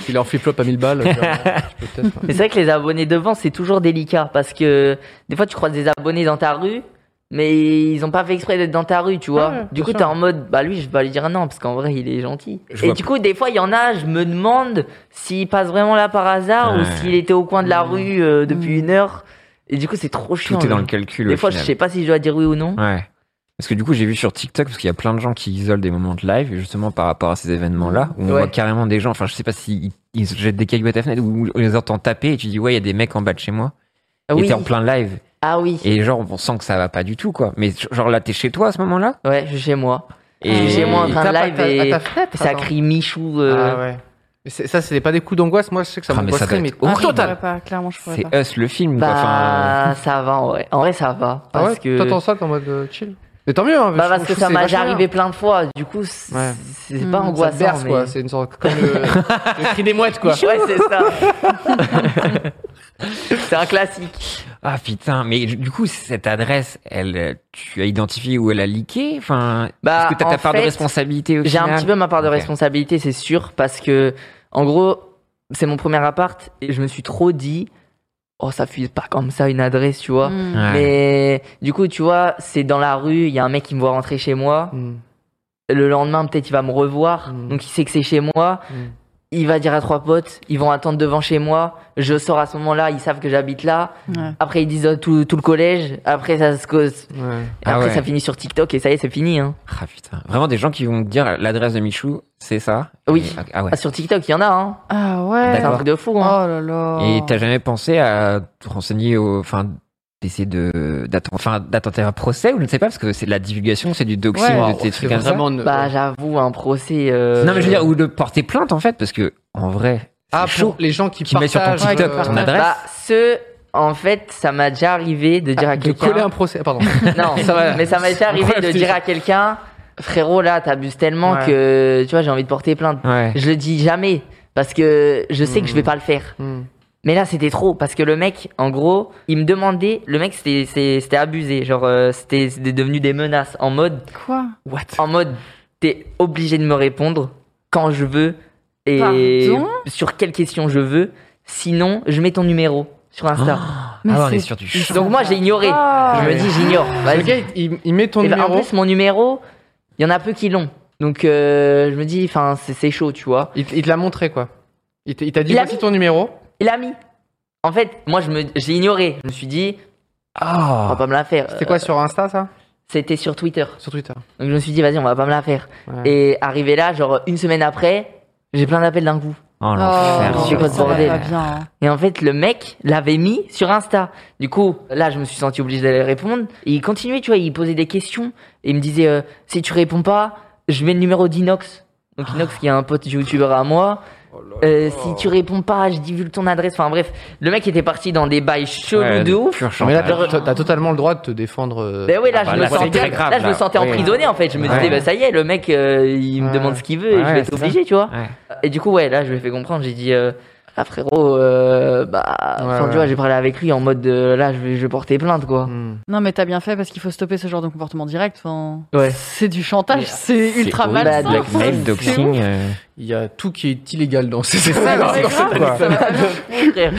Il est en flip-flop à 1000 balles. tu vois, je peux peut-être, hein. Mais c'est vrai que les abonnés devant, c'est toujours délicat parce que des fois, tu croises des abonnés dans ta rue, mais ils ont pas fait exprès d'être dans ta rue, tu vois. Ah ouais, du bien coup, sûr. t'es en mode, bah lui, je vais pas lui dire non parce qu'en vrai, il est gentil. Je Et vois du coup, des fois, il y en a, je me demande s'il passe vraiment là par hasard Ouais. ou s'il était au coin de la rue euh, depuis une heure. Et du coup, c'est trop chiant. Tout est dans là. le calcul. Des au fois, je final. sais pas si je dois dire oui ou non. Ouais. Parce que du coup, j'ai vu sur TikTok, parce qu'il y a plein de gens qui isolent des moments de live, justement par rapport à ces événements-là, où on Ouais. voit carrément des gens, enfin, je sais pas s'ils ils se jettent des cailloux à ta fenêtre, ou on les entend taper, et tu dis, ouais, il y a des mecs en bas de chez moi. Ah Et oui. t'es en plein live. Ah oui. Et genre, on sent que ça va pas du tout, quoi. Mais genre, là, t'es chez toi à ce moment-là. Ouais, je suis chez moi. Et Je suis chez moi en Il train de tape à live ta- et, à ta fenêtre, et ça attends. crie Michou. euh, Ah ouais. Mais c'est- ça, c'est pas des coups d'angoisse. Moi, je sais que ça Ah, mais ça m'angoisserait, doit mais, être ah, horrible. je total. pourrais pas, clairement, je pourrais C'est pas. Us le film, quoi. Enfin, Bah, ça va en vrai. En vrai, ça va. Ah Parce ouais, que. Toi, t'en sors t'es en mode euh, chill. Mais tant mieux. Hein, Bah je parce trouve- que je ça trouve m'est c'est déjà vachement Mmh. arrivé plein de fois, du coup c'est Ouais. c'est Hmm, pas bien. Ça ça te angoissant berce, mais... quoi. C'est une sorte comme le, le cri des mouettes, quoi. Ouais c'est ça. c'est un classique. ah putain, mais du coup, cette adresse, elle, euh, tu as identifié où elle a leaké Enfin, Bah, est-ce que t'as en ta part de fait, responsabilité au J'ai un final petit peu ma part de Ok. responsabilité c'est sûr parce que en gros c'est mon premier appart et je me suis trop dit oh ça fuse pas comme ça une adresse tu Mmh. vois. Mm. Ouais. Mais du coup tu vois c'est dans la rue il y a un mec qui me voit rentrer chez moi Mm. le lendemain peut-être il va me revoir Mm. donc il sait que c'est chez moi Mm. il va dire à trois potes ils vont attendre devant chez moi je sors à ce moment-là ils savent que j'habite là Ouais. après ils disent euh, tout, tout le collège après ça se cause Ouais. Ah après ouais. ça finit sur TikTok et ça y est c'est fini hein. Ah putain, vraiment des gens qui vont me dire l'adresse de Michou, c'est ça Oui. Et- Ah ouais. Ah, sur TikTok il y en a hein Ah ouais. c'est un D'accord. truc de fou Oh hein. là là. Et t'as jamais pensé à te renseigner au, enfin, d'essayer de, d'attendre, enfin, d'attenter un procès ou je ne sais pas parce que c'est de la divulgation, c'est du doxing, Waouh, de tes c'est trucs comme ça. vraiment une- euh, bah j'avoue un procès euh, Non mais je veux dire ou de porter plainte en fait parce que en vrai, c'est Ah, chaud. pour les gens qui Qui met sur ton partagent, TikTok euh, ton ouais. adresse. bah ce en fait ça m'a déjà arrivé de dire à Ah, de quelqu'un coller un procès. Pardon. Non, Ça va. mais ça m'est déjà arrivé de Incroyable, dire c'est- à quelqu'un, frérot, là, t'abuses tellement Ouais. que, tu vois, j'ai envie de porter plainte. Ouais. Je le dis jamais, parce que je sais que je vais Mm. pas le faire. Mm. Mais là, c'était trop, parce que le mec, en gros, il me demandait, le mec, c'était- c'est- c'était abusé, genre, euh, c'était c'était devenu des menaces, en mode, quoi What? en mode, t'es obligé de me répondre quand je veux, et Pardon sur quelle question je veux, sinon, je mets ton numéro sur Insta. Mais ah, on est c'est- sur du chaud. Donc moi, j'ai ignoré. Ah. je me dis, j'ignore. Le Vas-y. gars, il, il met ton Et ben, numéro. en plus, mon numéro, il y en a peu qui l'ont. Donc, euh, je me dis, enfin, c'est c'est chaud, tu vois. Il, t- il te l'a montré, quoi. Il t- il t'a dit, Il a voici mis- ton numéro. Il a mis. En fait, moi, je me, j'ai ignoré. Je me suis dit, on va Ah. pas me la faire. C'était quoi Euh, sur Insta, ça? C'était sur Twitter. Sur Twitter. Donc, je me suis dit, vas-y, on va pas me la faire. Ouais. Et arrivé là, genre, une semaine après, j'ai plein d'appels d'un coup. Oh Oh, l'enfer. Je ça suis quoi va ce bordel pas bien. hein. Et en fait, le mec l'avait mis sur Insta. Du coup, là, je me suis senti obligé d'aller répondre. Et il continuait, tu vois, il posait des questions. Et il me disait, euh, si tu réponds pas, je mets le numéro d'Inox. Donc Inox, qui est un pote youtubeur à moi. Euh, si tu réponds pas, je divulgue ton adresse. Enfin bref, le mec était parti dans des bails chelous Ouais, de ouf. pur Mais là, chantage. t'as- t'as t'as totalement le droit de te défendre. euh, Ben oui, là, Ah bah je là, me c'est sentais, très grave, là, je me là. sentais Ouais. emprisonné en fait. Je me Ouais. disais, bah ça y est, le mec, euh, il me Ouais. demande ce qu'il veut et je Ouais, vais c'est être ça. obligé, tu vois. Ouais. Et du coup, ouais, là, je lui ai fait comprendre. J'ai dit, euh, ah frérot, euh, bah, enfin, ouais. tu vois, j'ai parlé avec lui en mode, euh, là, je vais, je vais porter plainte, quoi. hmm. Non, mais t'as bien fait parce qu'il faut stopper ce genre de comportement direct. Enfin, Ouais. C'est du Mais chantage, c'est ultra horrible. malsain. Black enfin, Blackmail, c'est doxing. ouf. euh, Il y a tout qui est illégal dans ces C'est Ouais, mais grave, ça va pas bien. Frère,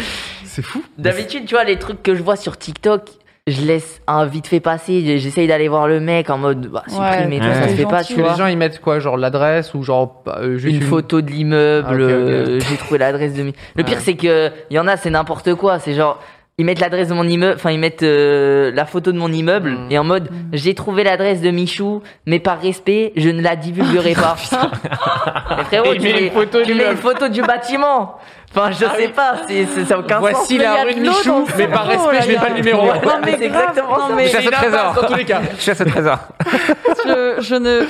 C'est fou. D'habitude, tu vois, les trucs que je vois sur TikTok, je laisse un vite fait passer. J'essaye d'aller voir le mec en mode, bah, supprime Ouais, et tout, ouais. ça se C'est fait pas, gentil. tu Que les vois. gens ils mettent quoi, genre l'adresse ou genre euh, juste Une photo de l'immeuble, Ah, ok, ok. euh, j'ai trouvé l'adresse de. mi- Le pire, Ouais. c'est que il y en a, c'est n'importe quoi. C'est genre, ils mettent l'adresse de mon immeuble, enfin, ils mettent euh, la photo de mon immeuble Mm. et en mode, j'ai trouvé l'adresse de Michou, mais par respect, je ne la divulguerai pas. mais frérot, Il tu met mets, une photo de tu mets une l'immeuble. Ah photo du bâtiment. Enfin, je sais pas, c'est c'est- ça n'a aucun sens. Voici mais il y la a rue de de l'eau dans Michou, le mais par cerveau, respect, là, je mets il y a- pas le numéro. Ouais, non, mais C'est grave, exactement non, ça. mais Je cherche C'est le une trésor. impasse dans tous les cas. Je cherche le trésor. je, je ne,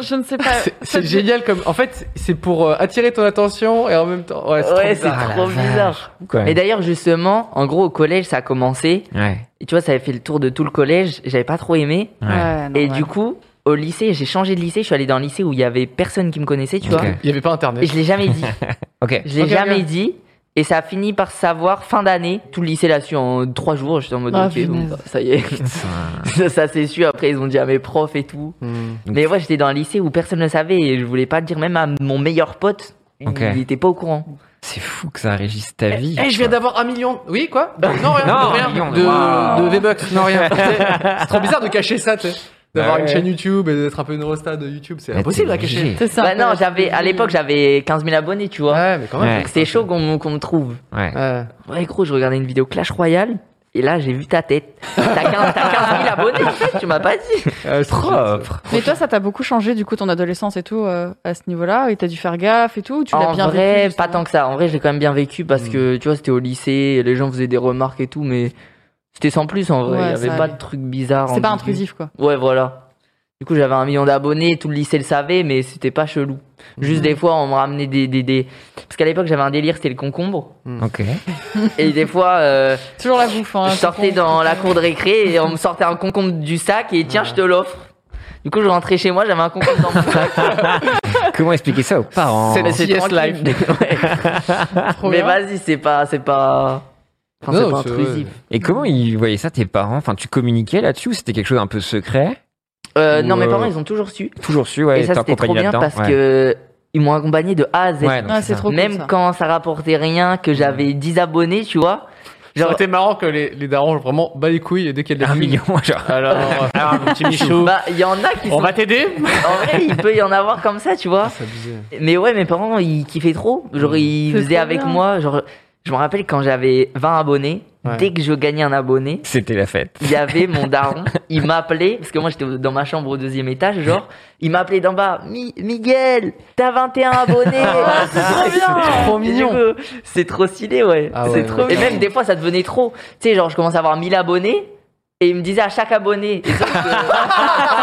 je, je ne sais pas. C'est- C'est Cette- génial comme. En fait, c'est pour euh, attirer ton attention et en même temps. Ouais, c'est trop Ouais, c'est bizarre. Ah, trop bizarre. Et d'ailleurs, justement, en gros, au collège, ça a commencé. Ouais. Et tu vois, ça avait fait le tour de tout le collège. J'avais pas trop aimé. Ouais. Ouais, non, Et ouais. du coup, au lycée, j'ai changé de lycée. Je suis allé dans un lycée où il y avait personne qui me connaissait, tu Ok. vois. Il n'y avait pas Et internet. je l'ai jamais dit. Ok. Je l'ai Ok, jamais ok. dit. Et ça a fini par savoir fin d'année. Tout le lycée l'a su en trois jours. J'étais en mode Ah, ok, bon, bah, punaise. ça y est. ça ça s'est su. Après, ils ont dit à mes profs et tout. Hmm. Mais ouais, j'étais dans un lycée où personne ne le savait et je voulais pas le dire même à mon meilleur pote. Ok. Il était pas au courant. C'est fou que ça régisse ta vie. Eh, je viens d'avoir un million. Oui, quoi Non, rien. Non, de rien. un million, de, waouh. de V-Bucks. Non, rien. c'est trop bizarre de cacher ça, tu sais. D'avoir Bah Ouais. une chaîne YouTube et d'être un peu une rosta de YouTube, c'est Mais impossible t'es à cacher. obligé. C'est ça. Bah non, j'avais à l'époque j'avais 15 000 abonnés, tu vois. Ouais, mais quand même. Ouais. Donc c'était chaud qu'on me- qu'on me trouve. Ouais. Ouais. Ouais gros, je regardais une vidéo Clash Royale et là j'ai vu ta tête. T'as 15, t'as 15 000 abonnés en fait, tu m'as pas dit. Euh, c'est Propre. Mais toi, ça t'a beaucoup changé du coup ton adolescence et tout euh, à ce niveau-là. Et t'as dû faire gaffe et tout. ou Tu l'as En bien vrai, vécu, pas tant que ça. En vrai, j'ai quand même bien vécu parce que tu vois, c'était au lycée, et les gens faisaient des remarques et tout, mais c'était sans plus en vrai. Ouais, Il y ça avait pas allait. de trucs bizarres. C'est pas ambigus. intrusif quoi. Ouais, voilà. Du coup, j'avais un million d'abonnés, tout le lycée le savait, mais c'était pas chelou. Juste des fois, on me ramenait des. des, des- Parce qu'à l'époque, j'avais un délire, c'était le concombre. Ok. Et des fois, euh, Toujours la bouffe. Hein, je sortais dans la cour de récré et on me sortait un concombre du sac et tiens, je te l'offre. Du coup, je rentrais chez moi, j'avais un concombre dans mon sac. Comment expliquer ça aux parents C'est- Yes, tranquille. Ouais. Trop Mais bah, bien. vas-y, c'est pas. C'est pas. Enfin, Non, c'est pas c'est- intrusif. Et comment ils voyaient ça tes parents Enfin, tu communiquais là-dessus ou c'était quelque chose d'un peu secret Euh, non, Ou, mes euh, parents, ils ont toujours su. Toujours su, ouais. et ça, t'es c'était trop accompagné bien là-dedans, parce ouais. que ils m'ont accompagné de A à Z. Ouais, donc Ah, c'est c'est ça. trop cool. Même ça. quand ça rapportait rien, que j'avais 10 abonnés, tu vois. Ça aurait Genre, été marrant que les, les darons vraiment bas les couilles et dès qu'il y a de la Un thune. million, genre. Alors, euh, alors, mon petit Michou, bah, il y en a qui on sont. va t'aider En vrai, il peut y en avoir comme ça, tu vois. Mais ouais, mes parents, ils kiffaient trop. Genre, Mm. ils C'est faisaient trop avec bien. moi. Genre, je me rappelle quand j'avais 20 abonnés, Ouais. dès que je gagnais un abonné, C'était la fête. il y avait mon daron, il m'appelait, parce que moi j'étais dans ma chambre au deuxième étage, genre, il m'appelait d'en bas, Mi- Miguel, t'as 21 abonnés c'est trop bien. C'est Ah, trop Et du mignon. coup, C'est trop stylé, ouais. Ah c'est ouais, trop ouais, Et carrément. même des fois, ça devenait trop. Tu sais, genre, je commençais à avoir 1000 abonnés. Et il me disait à chaque abonné. Et sauf que- Tu sais,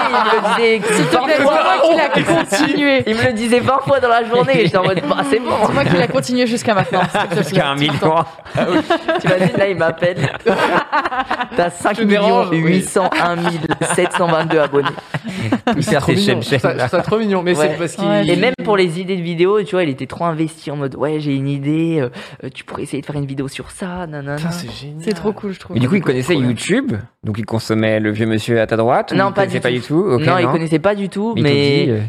il me le disait S'il te 20 plaît, fois. dis-moi qu'il a continué. Il me le disait 20 fois dans la journée. Et j'étais en mode, bah, c'est bon. C'est moi qui l'ai continué jusqu'à maintenant. Jusqu'à un million. T'imagines, là, il m'appelle. T'as 5 te dérange, millions oui. 801 722 abonnés. Tout faire trop ses mignon. chaînes Je trouve ça- je trouve ça trop mignon, mais Ouais. c'est parce qu'il. Ouais. Et même pour les idées de vidéos, tu vois, il était trop investi en mode ouais, j'ai une idée, euh, euh, tu pourrais essayer de faire une vidéo sur ça, nanana. Putain, c'est génial. C'est trop cool, je trouve. Mais du coup, il connaissait YouTube, donc il consommait le vieux monsieur à ta droite. ou Non, il pas connaissait du pas tout. du tout. ok, hein. non, il connaissait pas du tout, Mais, mais il t'a dit, euh,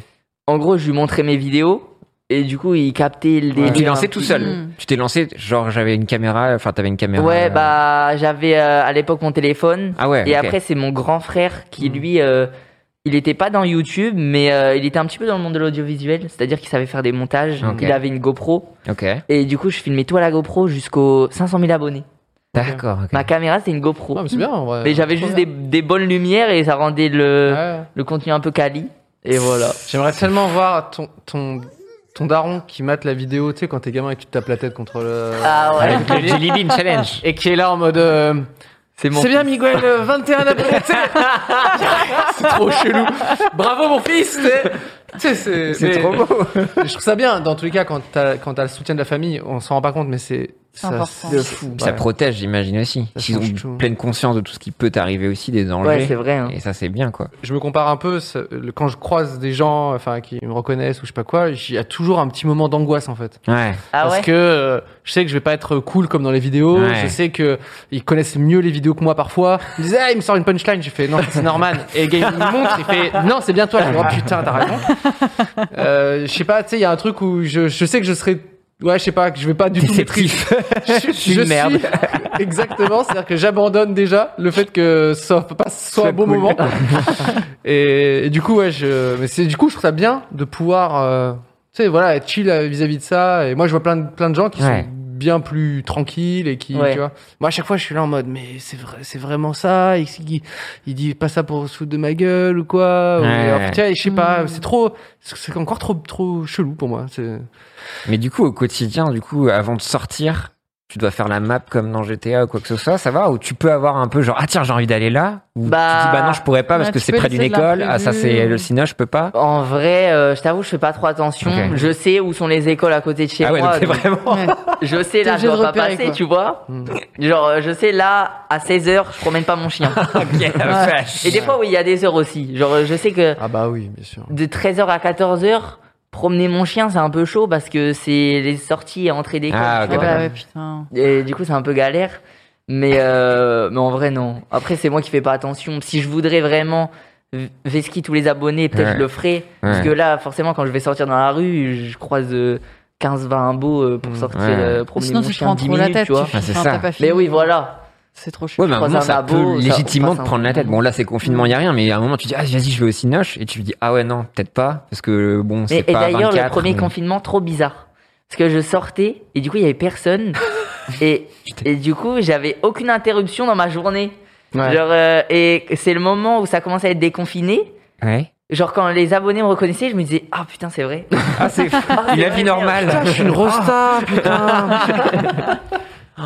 en gros, je lui montrais mes vidéos et du coup, il captait les. tu t'es lancé tout seul. Mm. Tu t'es lancé, genre j'avais une caméra, enfin t'avais une caméra. Ouais, euh, bah j'avais euh, à l'époque mon téléphone Ah ouais. et ok. Mm. après c'est mon grand frère qui lui, euh, il était pas dans YouTube, mais euh, il était un petit peu dans le monde de l'audiovisuel, c'est-à-dire qu'il savait faire des montages. Ok. Il avait une GoPro Ok. et du coup, je filmais tout à la GoPro jusqu'aux 500 000 abonnés. D'accord. ok. Ma caméra, c'était une GoPro. Ouais, mais c'est bien, en vrai. Mais j'avais juste des, des bonnes lumières et ça rendait le, Ouais. le contenu un peu quali. Et voilà. J'aimerais tellement voir ton, ton, ton daron qui mate la vidéo, tu sais, quand t'es gamin et que tu te tapes la tête contre le. Ah ouais. Le Jelly Bean Challenge. Et qui est là en mode. euh, C'est mon C'est bien, Miguel, euh, 21 abonnés, tu sais. C'est trop chelou. Bravo, mon fils, tu sais. Tu sais, c'est. C'est mais- trop beau. Je trouve ça bien, dans tous les cas, quand t'as, quand t'as le soutien de la famille, on s'en rend pas compte, mais c'est. ça- important. de fou. Ça Ouais. protège, j'imagine aussi. Ça S'ils ont change tout. pleine conscience de tout ce qui peut t'arriver aussi, des dangers. Ouais, c'est vrai. hein. Et ça, c'est bien, quoi. je me compare un peu ça- le- quand je croise des gens enfin qui me reconnaissent ou je sais pas quoi il y a toujours un petit moment d'angoisse en fait Ouais. Ah parce ouais. que euh, je sais que je vais pas être cool comme dans les vidéos Ouais. je sais que ils connaissent mieux les vidéos que moi parfois ils me disent ah il me sort une punchline je fais non c'est Norman et le gars il me montre il fait non c'est bien toi je fais, oh putain t'as raison euh, je sais pas tu sais il y a un truc où je, je sais que je serai ouais je sais pas que je vais pas du tout maîtriser Déceptif. je, suis une merde. exactement, c'est-à-dire que j'abandonne déjà le fait que ça passe soit un bon moment. et, et du coup, ouais, je, mais c'est du coup, je trouve ça bien de pouvoir, euh, tu sais, voilà, être chill euh, vis-à-vis de ça. Et moi, je vois plein de plein de gens qui Ouais. sont bien plus tranquille et qui, Ouais. tu vois. Moi, à chaque fois, je suis là en mode, mais c'est vrai, c'est vraiment ça. Il, il, il dit pas ça pour se foutre de ma gueule ou quoi. Ou- Ouais. alors, tiens, je sais pas, Mm. c'est trop, c'est c'est encore trop, trop chelou pour moi. C'est- Mais du coup, au quotidien, du coup, avant de sortir, tu dois faire la map comme dans GTA ou quoi que ce soit, ça va Ou tu peux avoir un peu genre, ah tiens, j'ai envie d'aller là Ou Bah, tu dis, bah non, je pourrais pas parce ouais, que Ah, tu c'est peux près d'une laisser de école, ah ça l'imprévu. c'est le cinéma, je peux pas. En vrai, euh, je t'avoue, je fais pas trop attention. Ok. Je sais où sont les écoles à côté de chez ah ouais, donc moi. c'est donc vraiment. bah Ouais. Je sais T'es là, obligé je dois de pas repérer, passer, quoi. tu vois. Hmm. Mm. Genre, euh, je sais là, à 16h, je promène pas mon chien. Ok, la vache. Et des fois, oui, il y a des heures aussi. Genre, euh, je sais que Ah bah oui, bien sûr. de 13h à 14h, promener mon chien, c'est un peu chaud parce que c'est les sorties et entrées d'école. Ah, tu ok, Ah vois. bah d'accord. ouais, putain. Et du coup, c'est un peu galère. Mais, euh, mais en vrai, non. Après, c'est moi qui fais pas attention. Si je voudrais vraiment v- Veski tous les abonnés, peut-être Ouais. je le ferais. Parce Ouais. que là, forcément, quand je vais sortir dans la rue, je croise euh, 15-20 beaux euh, pour Mm. sortir Hmm. Ouais. euh, promener Sinon, mon tu te chien prends 10 trop la minutes, tête. tu vois. Ah, c'est Enfin, ça. t'as pas fini. Mais oui, voilà. C'est trop chiant. Ouais, mais à un Croiser moment, un ça labo, peut ça- légitimement enfin, te ça- prendre la tête. Bon, là, c'est confinement, il a rien, mais à un moment, tu dis, ah, vas-y, je vais au Cinoche, et tu dis, ah ouais, non, peut-être pas, parce que bon, Mais- c'est et pas d'ailleurs, 24. le premier mais- confinement, trop bizarre. Parce que je sortais et du coup, il y avait personne. et, et du coup, j'avais aucune interruption dans ma journée. Genre, euh, et c'est le moment où ça commençait à être déconfiné. Ouais. Genre, quand les abonnés me reconnaissaient, je me disais, ah putain, c'est vrai. Ah, c'est Ah, la c'est vie vrai, normale. merde. une rosta, putain.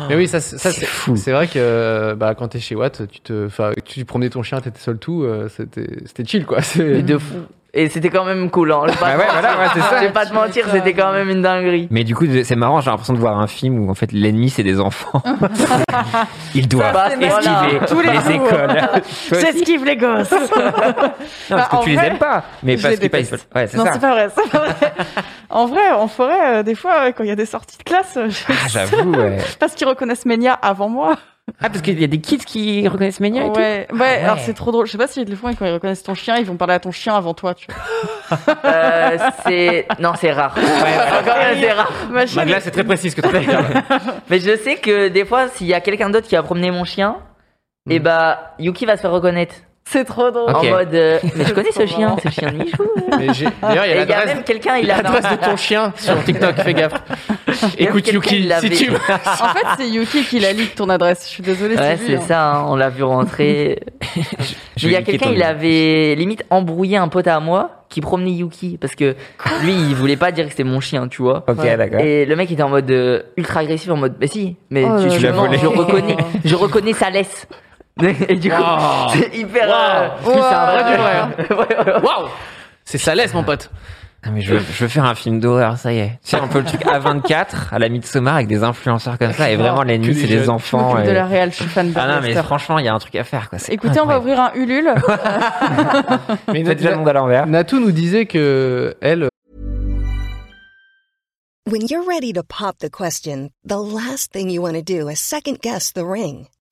Mais oui, ça, c'est- ça C'est c'est fou. C'est vrai que euh, bah, quand t'es chez Watt, tu te, enfin, tu promenais ton chien, t'étais seul tout, euh, c'était, c'était chill quoi. C'est Mais de fou. Et c'était quand même cool, hein. Je vais pas Bah te ouais, mentir. voilà, ouais, c'est ça. Je vais pas te mentir, c'était quand même une dinguerie. Mais du coup, c'est marrant, j'ai l'impression de voir un film où en fait l'ennemi c'est des enfants. Ils doivent Bah, c'est esquiver voilà. les, écoles. Toi aussi. J'esquive les gosses. Non, parce Bah, que en tu les vrai, aimes pas, mais je parce les qu'ils passent. déteste. Ouais, c'est non, ça. c'est pas vrai. c'est pas vrai. en vrai, en forêt, euh, des fois, euh, quand il y a des sorties de classe, euh, je... Ah, j'avoue. Ouais. parce qu'ils reconnaissent Ménia avant moi. Ah, parce qu'il y a des kids qui reconnaissent Ménia Ah ouais, ouais, alors c'est trop drôle. Je sais pas s'ils le font et quand ils reconnaissent ton chien, ils vont parler à ton chien avant toi. Tu vois. Euh, c'est. Non, c'est rare. Quand Ah, même, c'est rare. Ma chienne, là, c'est très précis ce que tu veux dire. Mais je sais que des fois, s'il y a quelqu'un d'autre qui a promené mon chien, Mm. et bah, Yuki va se faire reconnaître. c'est trop drôle. Ok. En mode. euh, mais je connais ce C'est chien, marrant. ce chien de Michou. Mais j'ai- D'ailleurs, il y Et a il y a même l'adresse, quelqu'un, il a. l'adresse de ton chien sur TikTok. Fais gaffe. y a Écoute quelqu'un qui Yuki, l'avait. si tu. En fait, c'est Yuki qui la ligue ton adresse. Je suis désolée. Ouais, lui, c'est hein. ça, hein, on l'a vu rentrer. Je Mais il y vais a niquer quelqu'un, ton il nom. avait limite embrouillé un pote à moi qui promenait Yuki. Parce que lui, il voulait pas dire que c'était mon chien, tu vois. Ok, d'accord. Et le mec était en mode euh, ultra agressif, en mode, mais si, mais Oh tu, là tu- là. non, je reconnais, je reconnais sa laisse. Et du coup, Oh. Ah. c'est hyper. euh, Lui, c'est un vrai du vrai, hein. ouais, ouais, ouais. Waouh, c'est sa laisse, mon pote. Ah, mais je veux, je veux faire un film d'horreur, ça y est. C'est un peu le truc A24 à la Midsommar avec des influenceurs comme ça, et vraiment l'ennemi Que des c'est les jeunes. Je m'occupe enfants. de et- la réelle. Je suis fan de Ah non, mais Lester. franchement, il y a un truc à faire quoi. C'est Écoutez, on va incroyable. ouvrir un Ulule. Mais Faites déjà le monde à l'envers. Natou nous disait que elle, When you're ready to pop the question, the last thing you want to do is second guess the ring.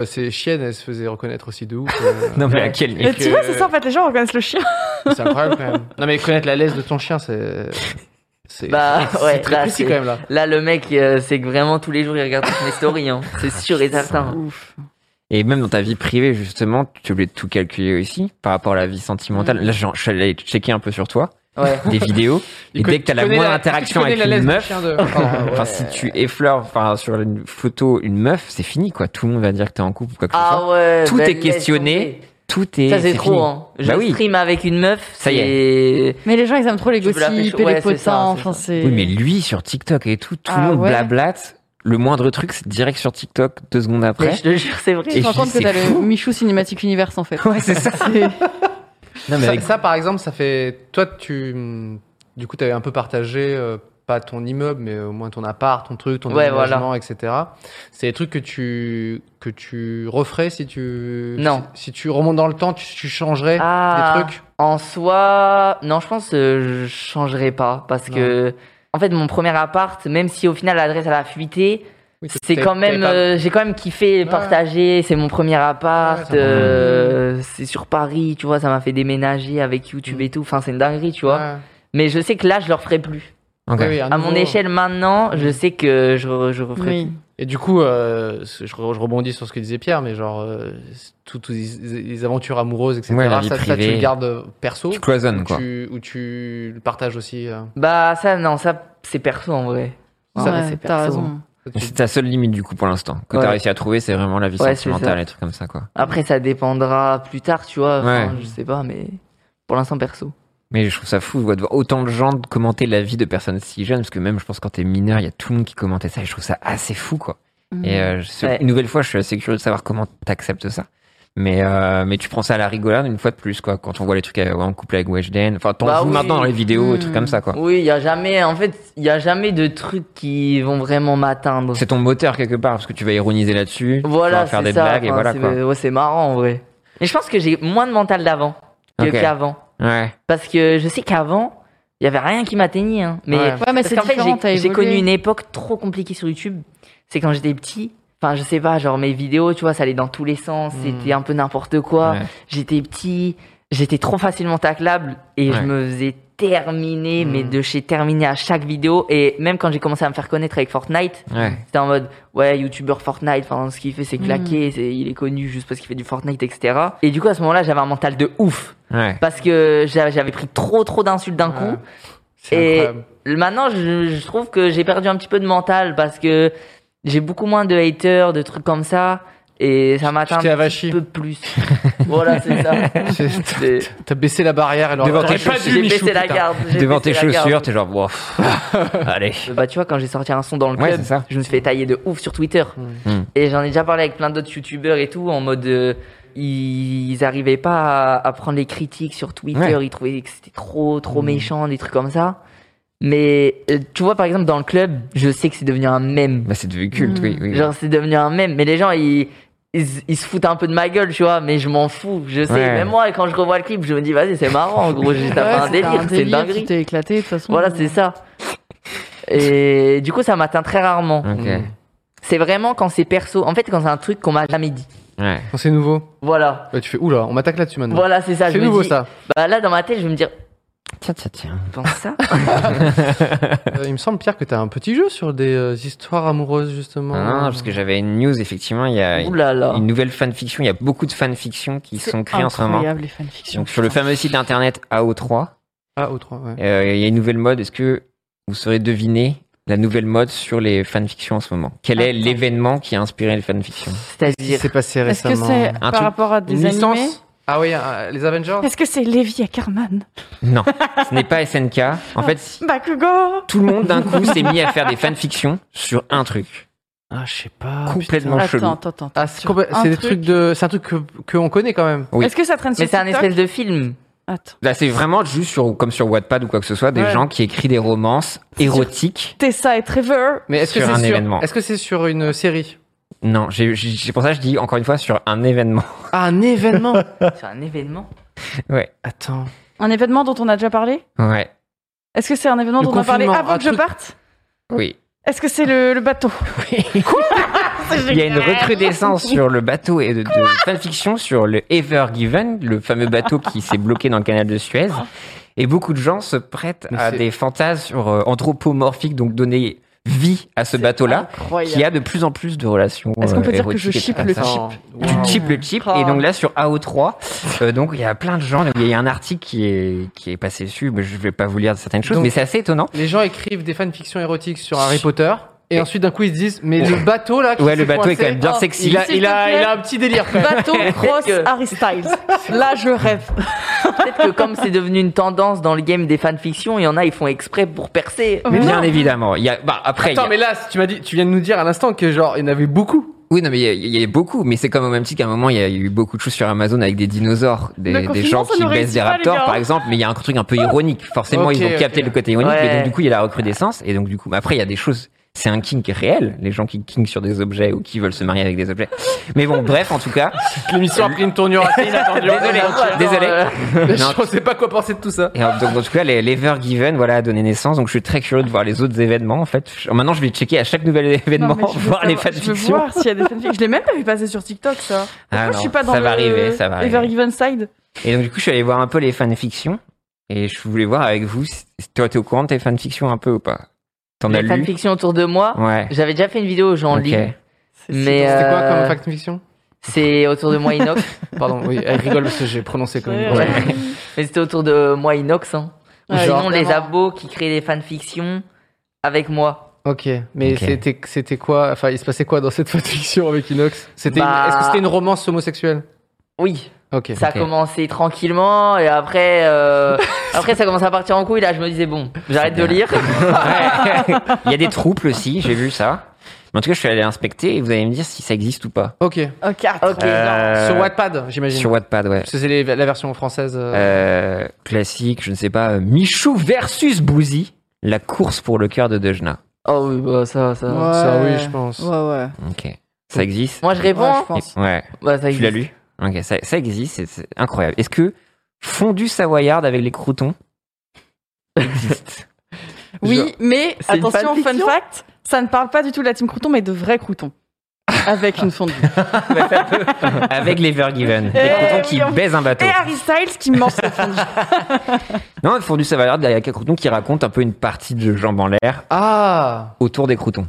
euh, ses chiennes, elle se faisait reconnaître aussi de ouf. euh, Non, mais à quel Et niveau tu vois, c'est ça en fait. Les gens reconnaissent le chien. C'est incroyable quand même. Non mais connaître la laisse de ton chien, c'est. C'est Bah, c'est ouais, très là, précis c'est- quand même là. Là, le mec, euh, c'est que vraiment tous les jours, il regarde toutes mes stories, hein. c'est sûr et certain. Ouf. Et même dans ta vie privée, justement, tu voulais tout calculer aussi par rapport à la vie sentimentale. Là, je je suis allé checker un peu sur toi, Ouais. des vidéos. et Il co- dès que t'as tu la connais moindre la- interaction tu connais la avec laisse une du meuf, chien de- Ah, ouais. enfin, si tu effleures, enfin, sur une photo, une meuf, c'est fini, quoi. Tout le monde va dire que t'es en couple ou quoi que ce Ah soit. ouais. Tout ben, est laisse questionné. tomber. Tout est. Ça, c'est trop, fini. hein. Je Bah oui. stream avec une meuf, Ça y est. Mais les gens, ils aiment trop les Tu veux la gossips pêche- et ouais, les c'est ça, c'est potins. Enfin, ça. c'est. Oui, mais lui, sur TikTok et tout, tout le Ah monde ouais. blablate. Le moindre truc, c'est direct sur TikTok, deux secondes Mais après. je te jure, c'est vrai. Tu te Et rends je dis, compte que c'est t'as le fou. Michou Cinématique Universe en fait. Ouais, c'est ça. C'est- Non, mais ça, avec- ça, par exemple, ça fait. Toi, tu. hum, Du coup, tu avais un peu partagé, euh, pas ton immeuble, mais au moins ton appart, ton truc, ton Ouais, aménagement, etc. C'est des trucs que tu, que tu referais si tu. Non. Si, si tu remontes dans le temps, tu, tu changerais Ah. des trucs. En soi, non, je pense euh, je changerai pas parce que en fait mon premier appart, même si au final l'adresse elle a fuité, Oui, t'as- C'est t'as- quand même, t'avais pas- euh, j'ai quand même kiffé partager. C'est mon premier appart. Ouais, ça euh, c'est sur Paris, tu vois. Ça m'a fait déménager avec YouTube et tout. Enfin, c'est une dinguerie, tu vois. Ouais. Ah, Mais je sais que là, je le referai plus. Ok. Oui, oui, un À mon nouveau- échelle maintenant, je sais que je, re- je referai Oui. Et du coup, euh, ce- je, re- je rebondis sur ce que disait Pierre, mais genre, euh, toutes tout les, les aventures amoureuses, etc., Ouais, la vie ça, ça, tu privée. le gardes euh, perso Tu cloisonnes, ou quoi. Tu, ou tu le partages aussi euh, plus. Bah ça, non, ça c'est perso en vrai. En Ah Ouais, vrai, c'est t'as perso. raison. tu- C'est ta seule limite, du coup, pour l'instant. Que Ouais. t'as réussi à trouver, c'est vraiment la vie Ouais, c'est sentimentale ça. et trucs comme ça, quoi. Après, ça dépendra plus tard, tu vois. Enfin, Ouais. Je sais pas, mais pour l'instant perso. Mais je trouve ça fou ouais, de voir autant de gens commenter la vie de personnes si jeunes, parce que même, je pense, quand t'es mineur, il y a tout le monde qui commentait ça, et je trouve ça assez fou, quoi. Et euh, je sais- Mmh. Ouais. une nouvelle fois, je suis assez curieux de savoir comment t'acceptes ça. Mais, euh, mais tu prends ça à la rigolade une fois de plus, quoi. Quand on voit les trucs euh, ouais, en couple avec Weshden, enfin, t'en Bah joues oui. maintenant dans les vidéos et trucs comme ça, quoi. Oui, il y a jamais, en fait, il y a jamais de trucs qui vont vraiment m'atteindre. C'est ton moteur quelque part, parce que tu vas ironiser là-dessus, tu Voilà, vas faire c'est des ça. blagues, et Enfin, voilà, c'est- quoi. ouais, c'est marrant en vrai. Et je pense que j'ai moins de mental d'avant que- Ok. qu'avant. Ouais. Parce que je sais qu'avant, il y avait rien qui m'atteignait. hein. Mais, Ouais. Ouais, mais parce c'est qu'en fait, différent, t'as j'ai- j'ai évolué. connu une époque trop compliquée sur YouTube. C'est quand j'étais petit. Enfin, je sais pas, genre mes vidéos, tu vois, ça allait dans tous les sens. C'était un peu n'importe quoi. Hmm. Ouais. J'étais petit. J'étais trop facilement taclable et je Ouais. Hmm. me faisais terminer, mais de chez terminer à chaque vidéo. Et même quand j'ai commencé à me faire connaître avec Fortnite, Ouais. c'était en mode, ouais, youtubeur Fortnite, enfin, ce qu'il fait, c'est Hmm. claqué, c'est- il est connu juste parce qu'il fait du Fortnite, etc. Et du coup, à ce moment-là, j'avais un mental de ouf. Ouais. Parce que j'a- j'avais pris trop, trop d'insultes d'un coup. c'est Et incroyable. maintenant, je, je trouve que j'ai perdu un petit peu de mental parce que j'ai beaucoup moins de haters, de trucs comme ça. Et ça m'atteint un t'es petit avachi. peu plus. voilà, c'est ça. C'est- C'est- T'as baissé la barrière et leur Devant tes J'aurais pas dû, J'ai Michou, baissé la putain. garde. j'ai Devant tes baissé la garde. chaussures, t'es genre, Wow, pff, allez. Bah tu vois quand j'ai sorti un son dans le Ouais, club, c'est ça. je me suis fait tailler de ouf sur Twitter. Mm. Et j'en ai déjà parlé avec plein d'autres youtubeurs et tout en mode euh, ils arrivaient pas à, à prendre les critiques sur Twitter, Ouais. Mm. ils trouvaient que c'était trop trop méchant des trucs comme ça. Mais euh, tu vois par exemple dans le club, je sais que c'est devenu un mème. Bah, c'est devenu culte, oui. oui. Mmh. Genre c'est devenu un mème, mais les gens ils ils, ils se foutent un peu de ma gueule, tu vois, mais je m'en fous, je sais. Ouais. Même moi, quand je revois le clip, je me dis, vas-y, c'est marrant, en gros, j'ai tapé Ouais, un c'était délire, c'est une dinguerie. Tu t'es éclaté de toute façon. Mmh. Voilà, c'est ça. Et du coup, ça m'atteint très rarement. Ok. Mmh. mmh. C'est vraiment quand c'est perso. En fait, quand c'est un truc qu'on m'a jamais dit. Ouais. Quand c'est nouveau, Voilà. bah, tu fais oula, on m'attaque là-dessus Mmh. maintenant. Voilà, c'est ça. C'est je me nouveau dis- ça. Bah là, dans ma tête, je vais me dire, Tiens, tiens, tiens. je pense ça. Euh, il me semble, Pierre, que t'as un petit jeu sur des euh, histoires amoureuses, justement. Non, non, Ah, parce que j'avais une news, effectivement, il y a Ouh là là. une nouvelle fanfiction, il y a beaucoup de fanfictions qui C'est sont créées en ce moment. incroyable, les fanfictions. Donc, sur le fameux site internet AO3, Ah, au 3, ouais. euh, il y a une nouvelle mode. Est-ce que vous saurez deviner la nouvelle mode sur les fanfictions en ce moment Quel est Attends. l'événement qui a inspiré les fanfictions Qu'est-ce qui C'est-à-dire. s'est passé Est-ce que récemment c'est par truc- rapport à des Une licence animés Ah oui, euh, les Avengers Est-ce que c'est Lévi à Carman Non, ce n'est pas SNK. En fait, Bah, Bakugo tout le monde d'un coup s'est mis à faire des fanfictions sur un truc. Ah, je sais pas. Complètement Attends, chelou. attends, attends. Ah, c'est Sur complè- un c'est des truc. trucs de. C'est un truc que qu'on connaît quand même. Oui. Est-ce que ça traîne sur Mais c'est un TikTok espèce de film. Attends. Là, c'est vraiment juste sur, comme sur Wattpad ou quoi que ce soit, des Ouais. gens qui écrivent des romances érotiques. Tessa et Trevor Mais est-ce que Sur c'est un sur- événement. Est-ce que c'est sur une série Non, j'ai- j'ai- c'est pour ça que je dis encore une fois sur un événement. Ah, un événement C'est un événement. Ouais, Attends. Un événement dont on a déjà parlé ouais, Est-ce que c'est un événement Le dont on a parlé confinement, avant un que je truc- parte oui. Est-ce que c'est le, le bateau Il y a une recrudescence sur le bateau et de, de fanfiction sur le Ever Given, le fameux bateau qui s'est bloqué dans le canal de Suez. Et beaucoup de gens se prêtent Mais à c'est- des fantasmes sur, euh, anthropomorphiques, donc donner vie à ce bateau-là, Incroyable. qui a de plus en plus de relations. Est-ce qu'on peut euh, dire que je érotiques et shippe tout le ça. Attends. Tu Waouh. chip le chip et donc là sur AO3 euh, donc il y a plein de gens il y a un article qui est qui est passé dessus mais je vais pas vous lire certaines choses Donc- mais c'est assez étonnant Les gens écrivent des fanfictions érotiques sur Harry Potter. Et ensuite, d'un coup, ils se disent, mais le bateau là. qui Ouais, le s'est bateau coincé, est quand même bien oh, sexy. Il a, S'il il te a, plaît. il a un petit délire quand même. Bateau, cross, Que- Harry Styles. Là, je rêve. Peut-être que comme c'est devenu une tendance dans le game des fanfictions, il y en a, ils font exprès pour percer. Mais bien non. évidemment il y a bah après il y Attends, a- mais là, tu m'as dit, tu viens de nous dire à l'instant que genre, il y en avait beaucoup. oui non mais il y a- il y, a beaucoup mais c'est comme au même titre qu'à un moment il y a eu beaucoup de choses sur Amazon avec des dinosaures Le des, des confinement, gens ça qui nous baissent réussit des pas, les raptors gars. Oh. par exemple mais il y a un truc un peu ironique forcément Ok, ils ont ok. capté le côté ironique Ouais. et donc du coup il y a la recrudescence et donc du coup mais après il y a des choses C'est un kink réel, les gens qui kink sur des objets ou qui veulent se marier avec des objets. Mais bon, bref, en tout cas. L'émission a pris une tournure assez inattendue. Désolé, euh, désolé. Non, Je ne sais pas quoi penser de tout ça. Et euh, donc, en tout cas, les- l'Ever Given, voilà, a donné naissance. Donc, je suis très curieux de voir les autres événements, en fait. Je- Maintenant, je vais checker à chaque nouvel événement, Non, mais je veux voir les savoir- Je veux fanfictions. voir s'il y a des fanfictions. Je l'ai même pas vu passer sur TikTok, ça. Pourquoi Ah je non, suis pas dans ça le va arriver, ça va Ever arriver. Given Side Et donc, du coup, je suis allé voir un peu les fanfictions. Et je voulais voir avec vous, si- toi, t'es au courant de tes fanfictions un peu ou pas? T'en as Les lu? fanfictions autour de moi. Ouais. J'avais déjà fait une vidéo aux gens en Ok. ligne. Mais C'était quoi euh, comme fact-fiction C'est autour de moi Inox. Pardon, oui, elle rigole parce que j'ai prononcé quand même. Ouais. Mais c'était autour de moi Inox. Hein. Ou Ouais, évidemment. sinon les abos qui créent des fanfictions avec moi. Ok, mais Ok. c'était c'était quoi Enfin, il se passait quoi dans cette fanfiction avec Inox C'était une- Bah- Est-ce que c'était une romance homosexuelle Oui, Ok. ça Ok. a commencé tranquillement et après, euh, après ça commence à partir en couille. Là, je me disais bon, j'arrête de bien. lire. Ouais. Il y a des trouples aussi, j'ai vu ça. Mais en tout cas, je suis allé inspecter et vous allez me dire si ça existe ou pas. Ok. Ok. Ok. Euh, Sur Wattpad, j'imagine. Sur Wattpad, ouais. Parce que c'est les- la version française. euh, Euh, classique, je ne sais pas, euh, Michou versus Bouzy, la course pour le cœur de Dejna. Oh oui, bah, ça, ça. Euh, Ça, oui, je pense. Ouais, ouais. Ok. Ça existe Moi, je réponds. Ouais, je pense. Et- Ouais. Bah, ça Tu l'as existe. lu Ok, ça, ça existe, c'est- c'est incroyable. Est-ce que fondue savoyarde avec les croutons existe Oui, Genre- mais C'est une attention, fun fanfiction fact, ça ne parle pas du tout de la team crouton, mais de vrais croutons. Avec une fondue. Avec les Vergiven, Eh les croutons oui, qui on- baisent un Et Eh, bateau. ah. Harry Styles qui mange sa fondue. Non, fondue savoyarde derrière quelques croutons qui raconte un peu une partie de jambes en l'air Ah, autour des croutons.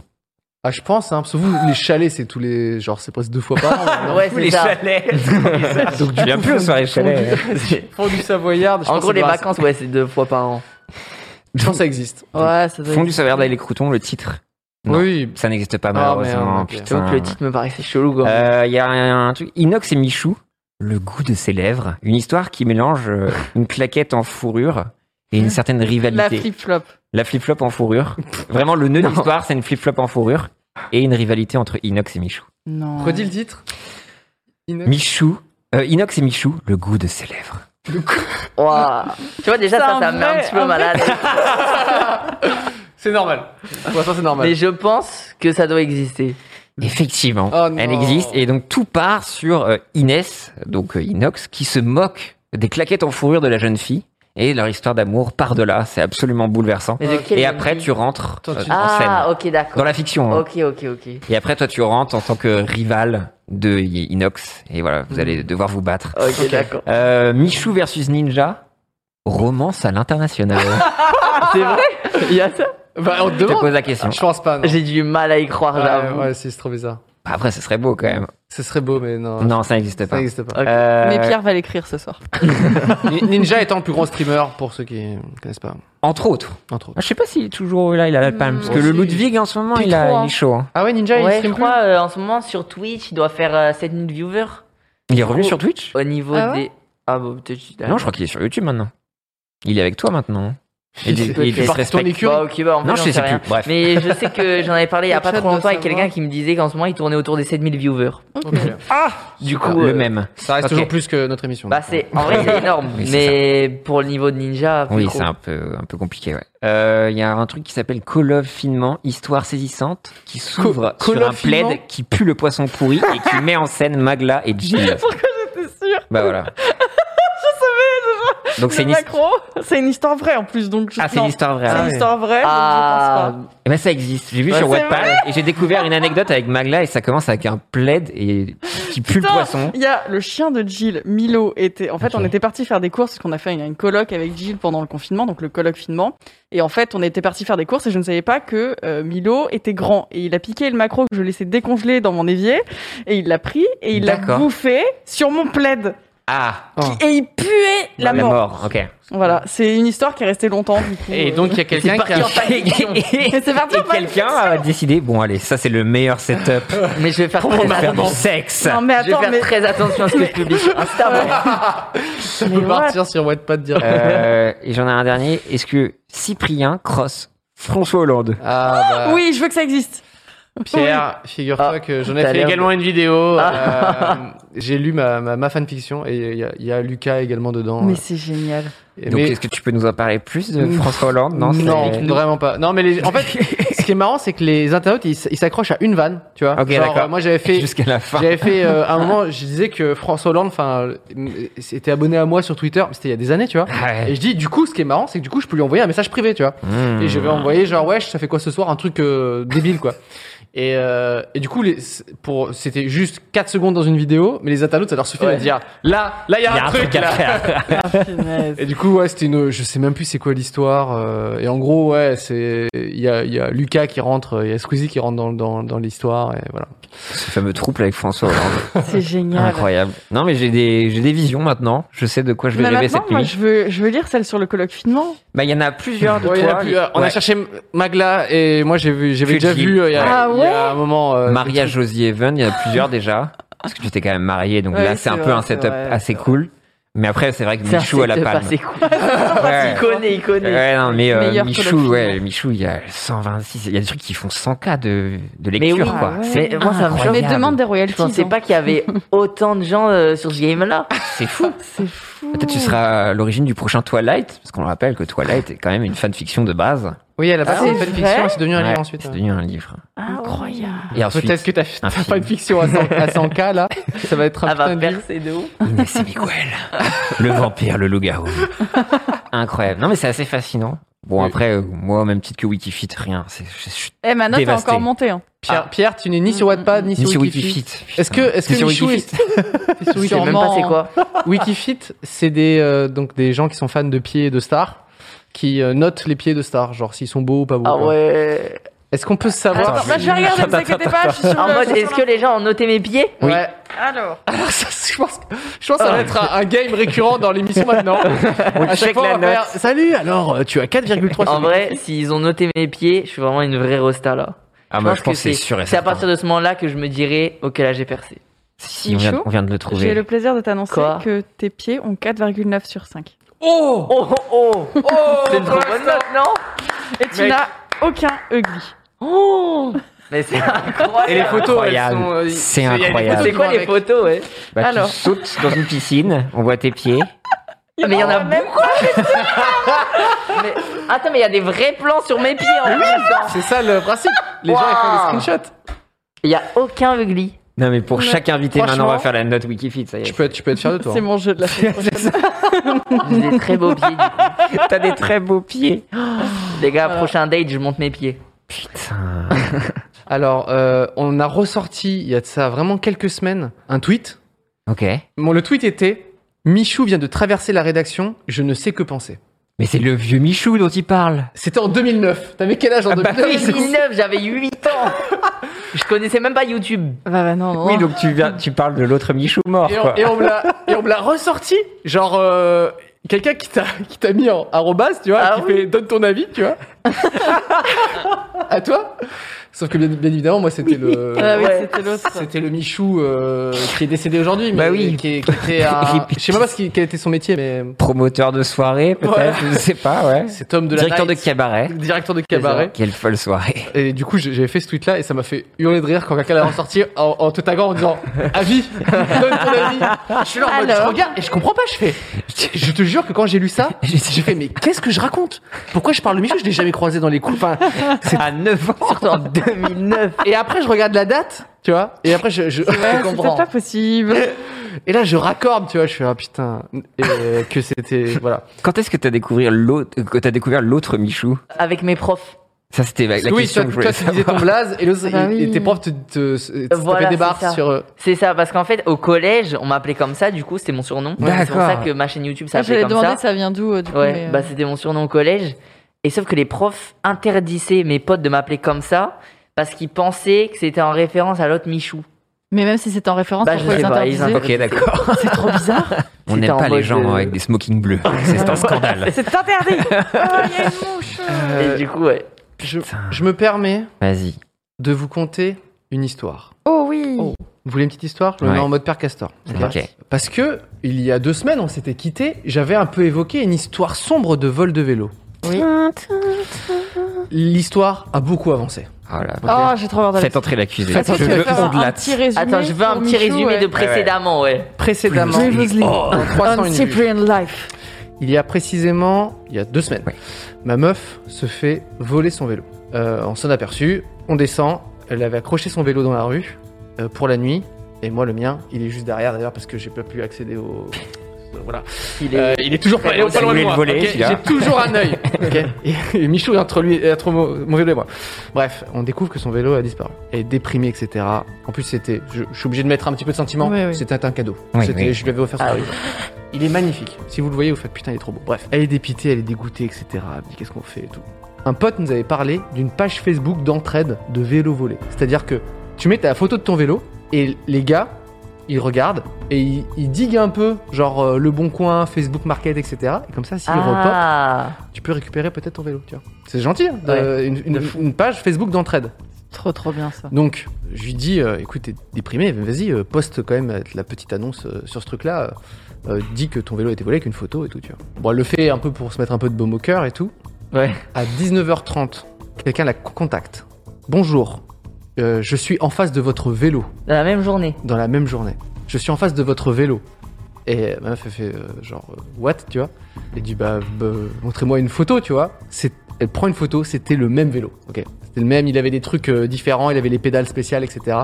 ah, je pense, hein, parce que vous, les chalets, c'est tous les. Genre, c'est presque deux fois par an. non Ouais, c'est ça. Donc tu viens plus aux soirées chalets. Fondue savoyarde. je En pense gros, que les ça- vacances, ouais, c'est deux fois par an. Je pense que ça existe. Ouais, ça doit Fondue savoyarde avec les croutons, le titre. Non. Oui. Ça n'existe Ah, pas merde, malheureusement. ok. Tu vois putain. que le titre me paraissait chelou, quoi. Euh, Il y a un, truc. Inox et Michou, le goût de ses lèvres. Une histoire qui mélange euh, une claquette en fourrure et une certaine la rivalité. flip-flop. La flip-flop en fourrure. Vraiment, le nœud de l'histoire, c'est une flip-flop en fourrure et une rivalité entre Inox et Michou. Non. Redis le titre. Inox. Michou. euh, Inox et Michou, le goût de ses lèvres. Ouah. Tu vois, déjà, C'est ça, un ça me met vrai- un petit peu un vrai- malade. C'est normal. Pour l'instant, Ah, c'est normal. Mais je pense que ça doit exister. Effectivement, Oh non. elle existe et donc tout part sur euh, Inès, donc euh, Inox, qui se moque des claquettes en fourrure de la jeune fille et leur histoire d'amour part de là. C'est absolument bouleversant. Mais de quelle Et après, nuit tu rentres Toi, euh, tu- en scène Ah, ok, d'accord. dans la fiction. hein. Ok, ok, ok. Et après, toi, tu rentres en tant que rival de I- Inox et voilà, vous allez devoir vous battre. Ok, d'accord. Euh, Michou versus Ninja, romance à l'international. C'est vrai Il y a ça Bah, on te Je te demande. pose la question. Je pense pas. non. J'ai du mal à y croire, Ouais, j'avoue. ouais, si, c'est trop bizarre. Ah, Après, ce serait beau quand même. Ce serait beau, mais non. Non, ça n'existe Ça pas. n'existe pas. Euh, Mais Pierre va l'écrire ce soir. Ni- Ninja étant le plus grand streamer, pour ceux qui ne connaissent pas, entre autres. entre autres. Ah, Je sais pas s'il est toujours là, il a la Mm. palme. Parce que le si. Ludwig en ce moment, Plus il, a, trop, hein. il est chaud. hein. Ah ouais, Ninja, il Ouais, je stream crois euh, en ce moment sur Twitch, il doit faire euh, 7000 viewers Il est revenu Oh. sur Twitch au niveau Ah ouais des. Ah bah peut-être. je- Non, je crois qu'il est sur YouTube maintenant. Il est avec toi maintenant. Il, il, il, Peut-être. se Par respecte. écurie. Bah, ok, bah, en fait, Non, je j'en sais plus. rien. Bref. Mais je sais que j'en avais parlé il y a Le pas chat trop doit longtemps avec savoir. quelqu'un qui me disait qu'en ce moment il tournait autour des 7000 viewers. plus. Du Ah, coup, le euh, même. Ça reste Ok. toujours plus que notre émission. Bah c'est en vrai c'est énorme, Oui, c'est mais pour le niveau de ninja, plus Oui, gros. c'est un peu, un peu compliqué, ouais. Euh, Il y a un truc qui s'appelle Call of finement, histoire saisissante, qui s'ouvre Co- Call sur un of finement plaid qui pue le poisson pourri et qui met en scène Magla et Jill. C'est sûr. Bah voilà. Donc c'est Le une, his- macro, c'est une histoire vraie en plus. Donc je- ah, c'est une non, histoire vraie. c'est Ah, une ouais. histoire vraie. donc Ah, je pense Eh ben ça existe. J'ai vu Ouais, sur c'est Wattpad et j'ai découvert une anecdote avec Magla et ça commence avec un plaid et qui pue le Putain. poisson. pas. Il y a le chien de Jill, Milo, était. En fait, Ok. on était parti faire des courses parce qu'on a fait une, une coloc avec Jill pendant le confinement, donc le coloc finement. Et en fait, on était parti faire des courses et je ne savais pas que euh, Milo était grand et il a piqué le macro que je laissais décongeler dans mon évier et il l'a pris et il l'a D'accord. bouffé sur mon plaid Ah, et il puait la, mort. Ok. Voilà, c'est une histoire qui est restée longtemps. Du coup, Et euh, donc, il y a quelqu'un qui a. Et, parti, on va le quelqu'un a décidé. Bon allez, ça c'est le meilleur setup mais je vais faire pour très Ah faire attention. du sexe. non mais Je vais attends, faire mais très attention à ce que je publie sur Insta. moi. Ça peut Mais partir sur Wattpad direct. Euh, et j'en ai un dernier. Est-ce que Cyprien cross François Hollande Ah bah. oui, je veux que ça existe. Pierre, figure-toi Ah, que j'en ai t'as fait l'air de- Ah. également une vidéo. euh, J'ai lu ma, ma, ma fanfiction et il y, a- il y a Lucas également dedans. Mais c'est génial. Et- Donc est-ce que tu peux nous en parler plus de Ouf. François Hollande non, c'est- vraiment pas. Non, mais les- en fait, ce qui est marrant, c'est que les internautes, ils s- ils s'accrochent à une vanne, tu vois. Ok, Genre, d'accord. euh, Moi, j'avais fait, Jusqu'à la fin. j'avais fait, euh, à un moment, je disais que François Hollande, enfin, euh, était abonné à moi sur Twitter, mais c'était il y a des années, tu vois. Ouais. Et je dis, du coup, ce qui est marrant, c'est que du coup, je peux lui envoyer un message privé, tu vois. Mmh. Et je vais envoyer, genre, ouais, ça fait quoi ce soir? Un truc euh, débile, quoi. Et, euh, et du coup, les, pour, c'était juste 4 secondes dans une vidéo, mais les internautes, ça leur suffit de dire, là, là, il y a, Il y a un, truc, à là. faire. Punaise. Et du coup, ouais, c'était une. Je sais même plus c'est quoi l'histoire. euh, et en gros, ouais, c'est. Il y a, il y a Lucas qui rentre, il y a Squeezie qui rentre dans, dans, dans l'histoire, et voilà. Ce fameux trouble avec François Hollande. C'est génial. Incroyable. Non, mais j'ai des, j'ai des visions maintenant. Je sais de quoi je vais Mais rêver Bah, maintenant, cette moi, nuit. je veux, je veux lire celle sur le colloque finement. Bah, il y en a plusieurs de Ouais, il y en a toi. plus, euh, on a Ouais. cherché M- Magla et moi j'ai vu, j'avais déjà Fuji. vu euh, il y, a- Ah il y a un moment. euh, Maria Josie Even, il y en a plusieurs déjà. Parce que tu t'es quand même mariée, donc Ouais, là, c'est c'est un peu vrai, un c'est setup vrai, assez cool. Mais après, c'est vrai que C'est un Michou à la setup palme. assez cool. Ouais. Il connaît, il connaît. Ouais, non, mais euh, Meilleur Michou, colloque ouais, finalement. Michou, il y a 126, il y a des trucs qui font 100K de, de Mais lecture, oui, quoi. Ah ouais. C'est Mais moi, ça me choque. Mais incroyable. demande des royalties. Je pensais hein. pas qu'il y avait autant de gens euh, sur ce game-là. C'est fou. C'est fou. Peut-être tu seras à l'origine du prochain Twilight, parce qu'on le rappelle que Twilight est quand même une fanfiction de base. Oui, elle a passé Ah, c'est une fanfiction, vrai c'est devenu un Ouais, livre ensuite. hein. C'est ouais. devenu un livre. Incroyable. Et ensuite, Peut-être que t'as fait un film. une fiction à 100, à 100K là, Ah, bah, ça va être un Elle va putain de livre. percer de ouf. Inès et Miguel, le vampire, le loup-garou. Incroyable. Non, mais c'est assez fascinant. Bon, Oui. après, euh, moi, même petite que Wikifit, rien. C'est, je- je- Eh, ma note est Dévasté. encore montée. hein. Pierre, Pierre, tu n'es ni sur Wattpad Ah. ni, ni sur Wikifit. Wikifit. Est-ce que, Putain. est-ce C'est que sur Michou Wikifit est- c'est Je sais même pas c'est sûrement- quoi. Wikifit, c'est des euh, donc des gens qui sont fans de pieds de stars qui euh, notent les pieds de stars, genre s'ils sont beaux ou pas beaux. Ah quoi. ouais. Est-ce qu'on peut savoir Attends, bah, je vais regarder, ne vous inquiétez pas. je suis sur En le- mode, je suis est-ce sur que les gens ont noté mes pieds Ouais. Alors. Alors ça, c'est- je pense, je pense que ça va être un, un game récurrent dans l'émission maintenant. à Ah. check chaque fois, la on va faire, note. Salut. Alors, euh, tu as Ah, 4,3. En vrai, s'ils ont noté mes pieds, je suis vraiment une vraie rosta là. Ah, moi, je pense que c'est sûr et C'est à certain. partir de ce moment-là que je me dirais, ok, là j'ai percé. Si, on vient, Michou, on vient de le J'ai trouver. le plaisir de t'annoncer Quoi que tes pieds ont 4,9 sur 5. Oh. Oh oh oh C'est une trop bonne note, non Et tu n'as aucun ugly. Oh Mais c'est incroyable Et les photos, elles Incroyable. sont. euh, C'est il y a des photos incroyable. C'est quoi avec- les photos, ouais Bah, Alors. Tu sautes dans une piscine, on voit tes pieds. Ah, Mais il y en a Oh, même beaucoup mais... Attends, mais il y a des vrais plans sur mes pieds en même temps C'est ça le principe. Les gens ils font des screenshots. Il n'y a aucun ugly. Non, mais pour chaque invité, maintenant, on va Franchement. faire la note Wikifit, ça y Tu est. peux, être- tu peux être fier de toi. C'est Oh, mon jeu de la semaine prochaine. J'ai des très beaux pieds, du coup. T'as des très beaux pieds. Les gars, prochain date, je monte mes pieds. Putain. Alors, euh, on a ressorti il y a de ça vraiment quelques semaines un tweet. Ok. Bon, le tweet était Michou vient de traverser la rédaction. Je ne sais que penser. Mais c'est le vieux Michou dont il parle. C'était en 2009. T'avais quel âge en 2009 2009, j'avais 8 ans Je connaissais même pas YouTube. Bah, bah, non, non. Oui, donc tu, viens, tu parles de l'autre Michou mort, Et quoi. on, et on me l'a- et on me l'a ressorti. Genre, euh, quelqu'un qui t'a qui t'a mis en arrobas, tu vois, Ah qui oui. fait donne ton avis, tu vois. à toi. Sauf que bien, bien évidemment, moi, c'était le. Ah oui, Ouais. c'était l'autre. C'était le Michou euh, qui est décédé aujourd'hui, mais Bah oui. qui, est- qui était un... Je sais même pas ce qui- quel était son métier, mais Promoteur de soirée, peut-être, je sais pas, ouais. c'est Tom de la Directeur de Night. cabaret. Directeur de cabaret. Quelle folle soirée. Et du coup, j'ai- j'avais fait ce tweet-là et ça m'a fait hurler de rire quand quelqu'un l'a ressorti en, en te taguant en disant Avis, donne ton avis. Je suis là en mode, je Alors regarde et je comprends pas. Je fais, je te jure que quand j'ai lu ça, j'ai fait, mais qu'est-ce que je raconte Pourquoi je parle de Michou Je l'ai jamais croisé dans les coups. Enfin, C'est à 9 ans. Surtout en 2009. et après, je regarde la date, tu vois, et après, je, je, je Ouais, comprends. C'était pas possible. Et là, je raccorde, tu vois, je suis, ah putain, et euh, que c'était, voilà. Quand est-ce que t'as découvert l'autre, que t'as découvert l'autre Michou? Avec mes profs. Ça, c'était la, la oui, question toi, que je voulais toi, tu disais ton savoir. blaze, et, l'autre, Ah bah et- et oui. tes profs te, te, te- te Voilà, tapaient des c'est ça. barres sur. euh, C'est ça, parce qu'en fait, au collège, on m'appelait comme ça, du coup, c'était mon surnom. C'est pour D'accord. ça que ma chaîne YouTube s'appelait Ah, J'allais comme demander ça. ça. vient d'où euh, du coup. Ouais, mais, euh, bah c'était mon surnom au collège. Et sauf que les profs interdisaient mes potes de m'appeler comme ça parce qu'ils pensaient que c'était en référence à l'autre Michou. mais même si c'était en référence, Bah, je pourquoi sais Oh, ils pas, ils interdisaient inventent. Ok, d'accord. C'est trop bizarre. On C'était n'aime en pas les mode, gens euh, avec des smokings bleus. C'est un scandale. C'est interdit. Ah, Il y a une mouche. Et du coup, ouais. je, je me permets Vas-y. de vous conter une histoire. Oh oui. Oh. Vous voulez une petite histoire Je le Ouais. mets en mode père castor. Ok. Parce que, il y a deux semaines, on s'était quitté, j'avais un peu évoqué une histoire sombre de vol de vélo. Oui. L'histoire a beaucoup avancé. Oh là. Oh, j'ai trop peur d'aller. Faites entrer l'accusé. Faites Je entrer veux l'accusé. on de la- Attends, je veux un petit résumé de précédemment, ouais. Précédemment, Previously Oh, 301 vues. Cyprian Life. Il y a précisément, il y a deux semaines, Ouais. ma meuf se fait voler son vélo. Euh, on s'en aperçut, on descend, elle avait accroché son vélo dans la rue euh, pour la nuit, et moi le mien, il est juste derrière d'ailleurs parce que j'ai pas pu accéder au... Voilà. Il est- Euh, il est toujours pas, il est Ça pas loin de voulait moi. le voler, ok celui-là. J'ai toujours un œil. ok et, et Michou est entre lui, est entre mon, mon vélo et moi. Bref, on découvre que son vélo a disparu. Elle est déprimée, etc. En plus, c'était, je, je suis obligé de mettre un petit peu de sentiment. Oui, oui. C'était un cadeau. Oui, C'était- oui. Je lui avais offert. son Ah vélo. Il est magnifique. Si vous le voyez, vous faites putain, il est trop beau. Bref, elle est dépitée, elle est dégoûtée, etc. Elle me dit qu'est-ce qu'on fait et tout. Un pote nous avait parlé d'une page Facebook d'entraide de vélo volé. C'est-à-dire que tu mets ta photo de ton vélo et les gars, ils regardent et ils, ils diguent un peu, genre euh, le bon coin, Facebook Market, etc. Et comme ça, s'ils repopent, Ah, tu peux récupérer peut-être ton vélo. Tu vois. C'est gentil, hein, de- une, une- une page Facebook d'entraide. Trop, trop bien ça. Donc, je lui dis, euh, écoute, t'es déprimé, mais vas-y, euh, poste quand même euh, la petite annonce euh, sur ce truc-là. euh, euh, dis que ton vélo a été volé avec une photo et tout, tu vois. Bon, elle le fait un peu pour se mettre un peu de baume au cœur et tout. Ouais. À 19h30, quelqu'un la contacte. Bonjour, euh, je suis en face de votre vélo dans la même journée. dans la même journée. Je suis en face de votre vélo. Et ma meuf, elle fait euh, genre, euh, what, tu vois Elle dit, bah, bah, montrez-moi une photo, tu vois C'est- Elle prend une photo, c'était le même vélo. Ok. C'était le même, il avait des trucs euh, différents, il avait les pédales spéciales, etc.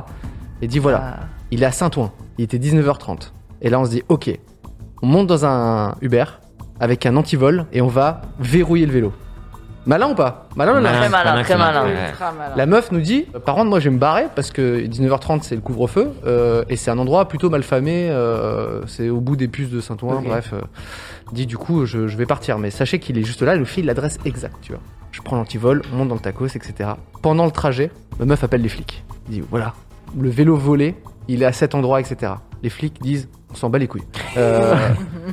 Elle dit, voilà, Ah. il est à Saint-Ouen, il était 19h30. Et là, on se dit, ok, on monte dans un Uber avec un antivol et on va verrouiller le vélo. Malin ou pas Malin ou Malin. Très malin, malin, très c'est malin. malin. Ouais. Ultra malin. la meuf nous dit Par contre, moi je vais me barrer parce que 19h30 c'est le couvre-feu euh, et c'est un endroit plutôt mal famé. euh, c'est au bout des puces de Saint-Ouen. Ok. Bref, euh, dit du coup je, je vais partir. Mais sachez qu'il est juste là, le fil l'adresse exacte, tu vois. Je prends l'antivol, on monte dans le tacos, etc. Pendant le trajet, ma meuf appelle les flics. Elle dit Voilà, le vélo volé, il est à cet endroit, etc. Les flics disent On s'en bat les couilles. Euh,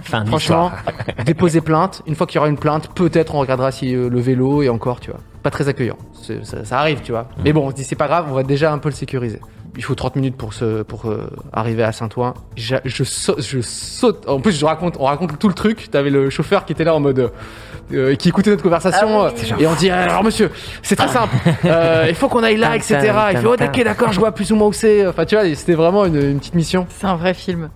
Fin de Franchement, l'histoire. déposer plainte. Une fois qu'il y aura une plainte, peut-être on regardera si euh, le vélo est encore, tu vois. Pas très accueillant. C'est- Ça, ça arrive, tu vois. Mm. Mais bon, on se dit, c'est pas grave, on va déjà un peu le sécuriser. Il faut 30 minutes pour, se, pour euh, arriver à Saint-Ouen. J'a- Je, saute- je saute. En plus, je raconte, on raconte tout le truc. T'avais le chauffeur qui était là en mode. euh, euh, qui écoutait notre conversation. Ah euh, et on dit Alors, monsieur, c'est très simple. Euh, il faut qu'on aille là, etc. Il fait Oh, ok, d'accord, je vois plus ou moins où c'est. Enfin, tu vois, c'était vraiment une- une petite mission. C'est un vrai film.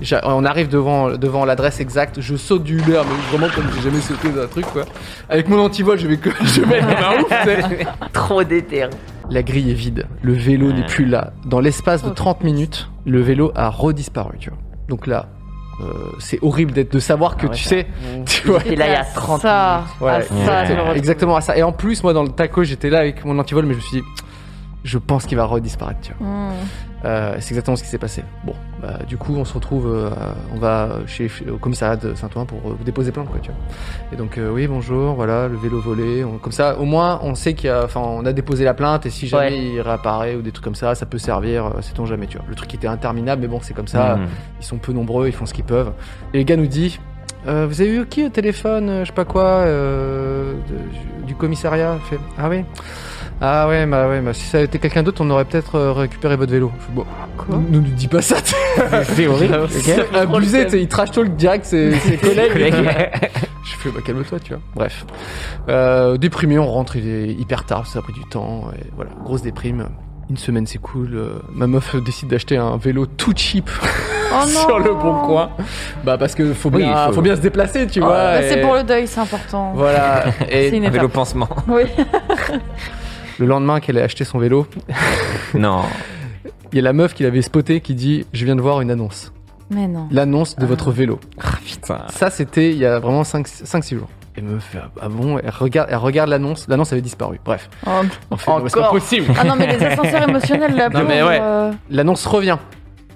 J'a- On arrive devant, devant l'adresse exacte, je saute du Uber, mais vraiment comme j'ai jamais sauté d'un truc, quoi. Avec mon antivol, je vais, que- je Ah, vais être comme un ouf, tu sais. Trop déter. La grille est vide, le vélo n'est plus là. Dans l'espace de 30 minutes, le vélo a redisparu, tu vois. Donc là, euh, c'est horrible d'être, de savoir que Ah ouais, tu ça- sais, tu vois. Et là, il y a 30 ça, Ah, minutes. Voilà, à ça, je le exactement, retrouve. exactement à ça. Et en plus, moi, dans le taco, j'étais là avec mon antivol, mais je me suis dit, je pense qu'il va redisparaître, tu vois. Hmm. Euh, c'est exactement ce qui s'est passé. Bon, bah, du coup, on se retrouve, euh, on va chez au commissariat de Saint-Ouen pour euh, déposer plainte, quoi, tu vois. Et donc, euh, oui, bonjour, voilà, le vélo volé. on- comme ça, au moins, on sait qu'il y a, enfin, on a déposé la plainte et si jamais Ouais. il réapparaît ou des trucs comme ça, ça peut servir, euh, sait-on jamais, tu vois. Le truc était interminable, mais bon, c'est comme ça, Mm. ils sont peu nombreux, ils font ce qu'ils peuvent. Et le gars nous dit, euh, vous avez eu qui au téléphone, euh, je sais pas quoi, euh, de- du commissariat Il fait, Ah oui Ah ouais, bah ouais, bah, si ça avait été quelqu'un d'autre, on aurait peut-être euh, récupéré votre vélo. Je fais, bon, Quoi ne nous dis pas ça, C'est horrible. c'est abusé, tu sais, il trash talk direct ses, ses collègues. Je fais, bah calme-toi, tu vois. Bref. Euh, déprimé, on rentre, il est hyper tard, ça a pris du temps, et voilà, grosse déprime. Une semaine s'écoule, euh, ma meuf décide d'acheter un vélo tout cheap Oh sur non. le bon coin. Bah parce que faut Oui, bien, il faut... faut- bien se déplacer, tu Oh, vois. bah, et- C'est pour le deuil, c'est important. Voilà. C'est Et une Un vélo étape. pansement. Oui. le lendemain qu'elle a acheté son vélo, Non. il y a la meuf qui l'avait spoté qui dit Je viens de voir une annonce. Mais non. L'annonce de votre vélo. Ah, putain. Ça, c'était il y a vraiment 5-6 jours. Et me fait Ah bon Elle regarde elle regarde l'annonce. L'annonce avait disparu. Bref. Oh. On fait, Non, mais c'est pas Encore. possible. Ah non, mais les ascenseurs émotionnels, là, Non, pauvre, mais ouais. euh, L'annonce revient.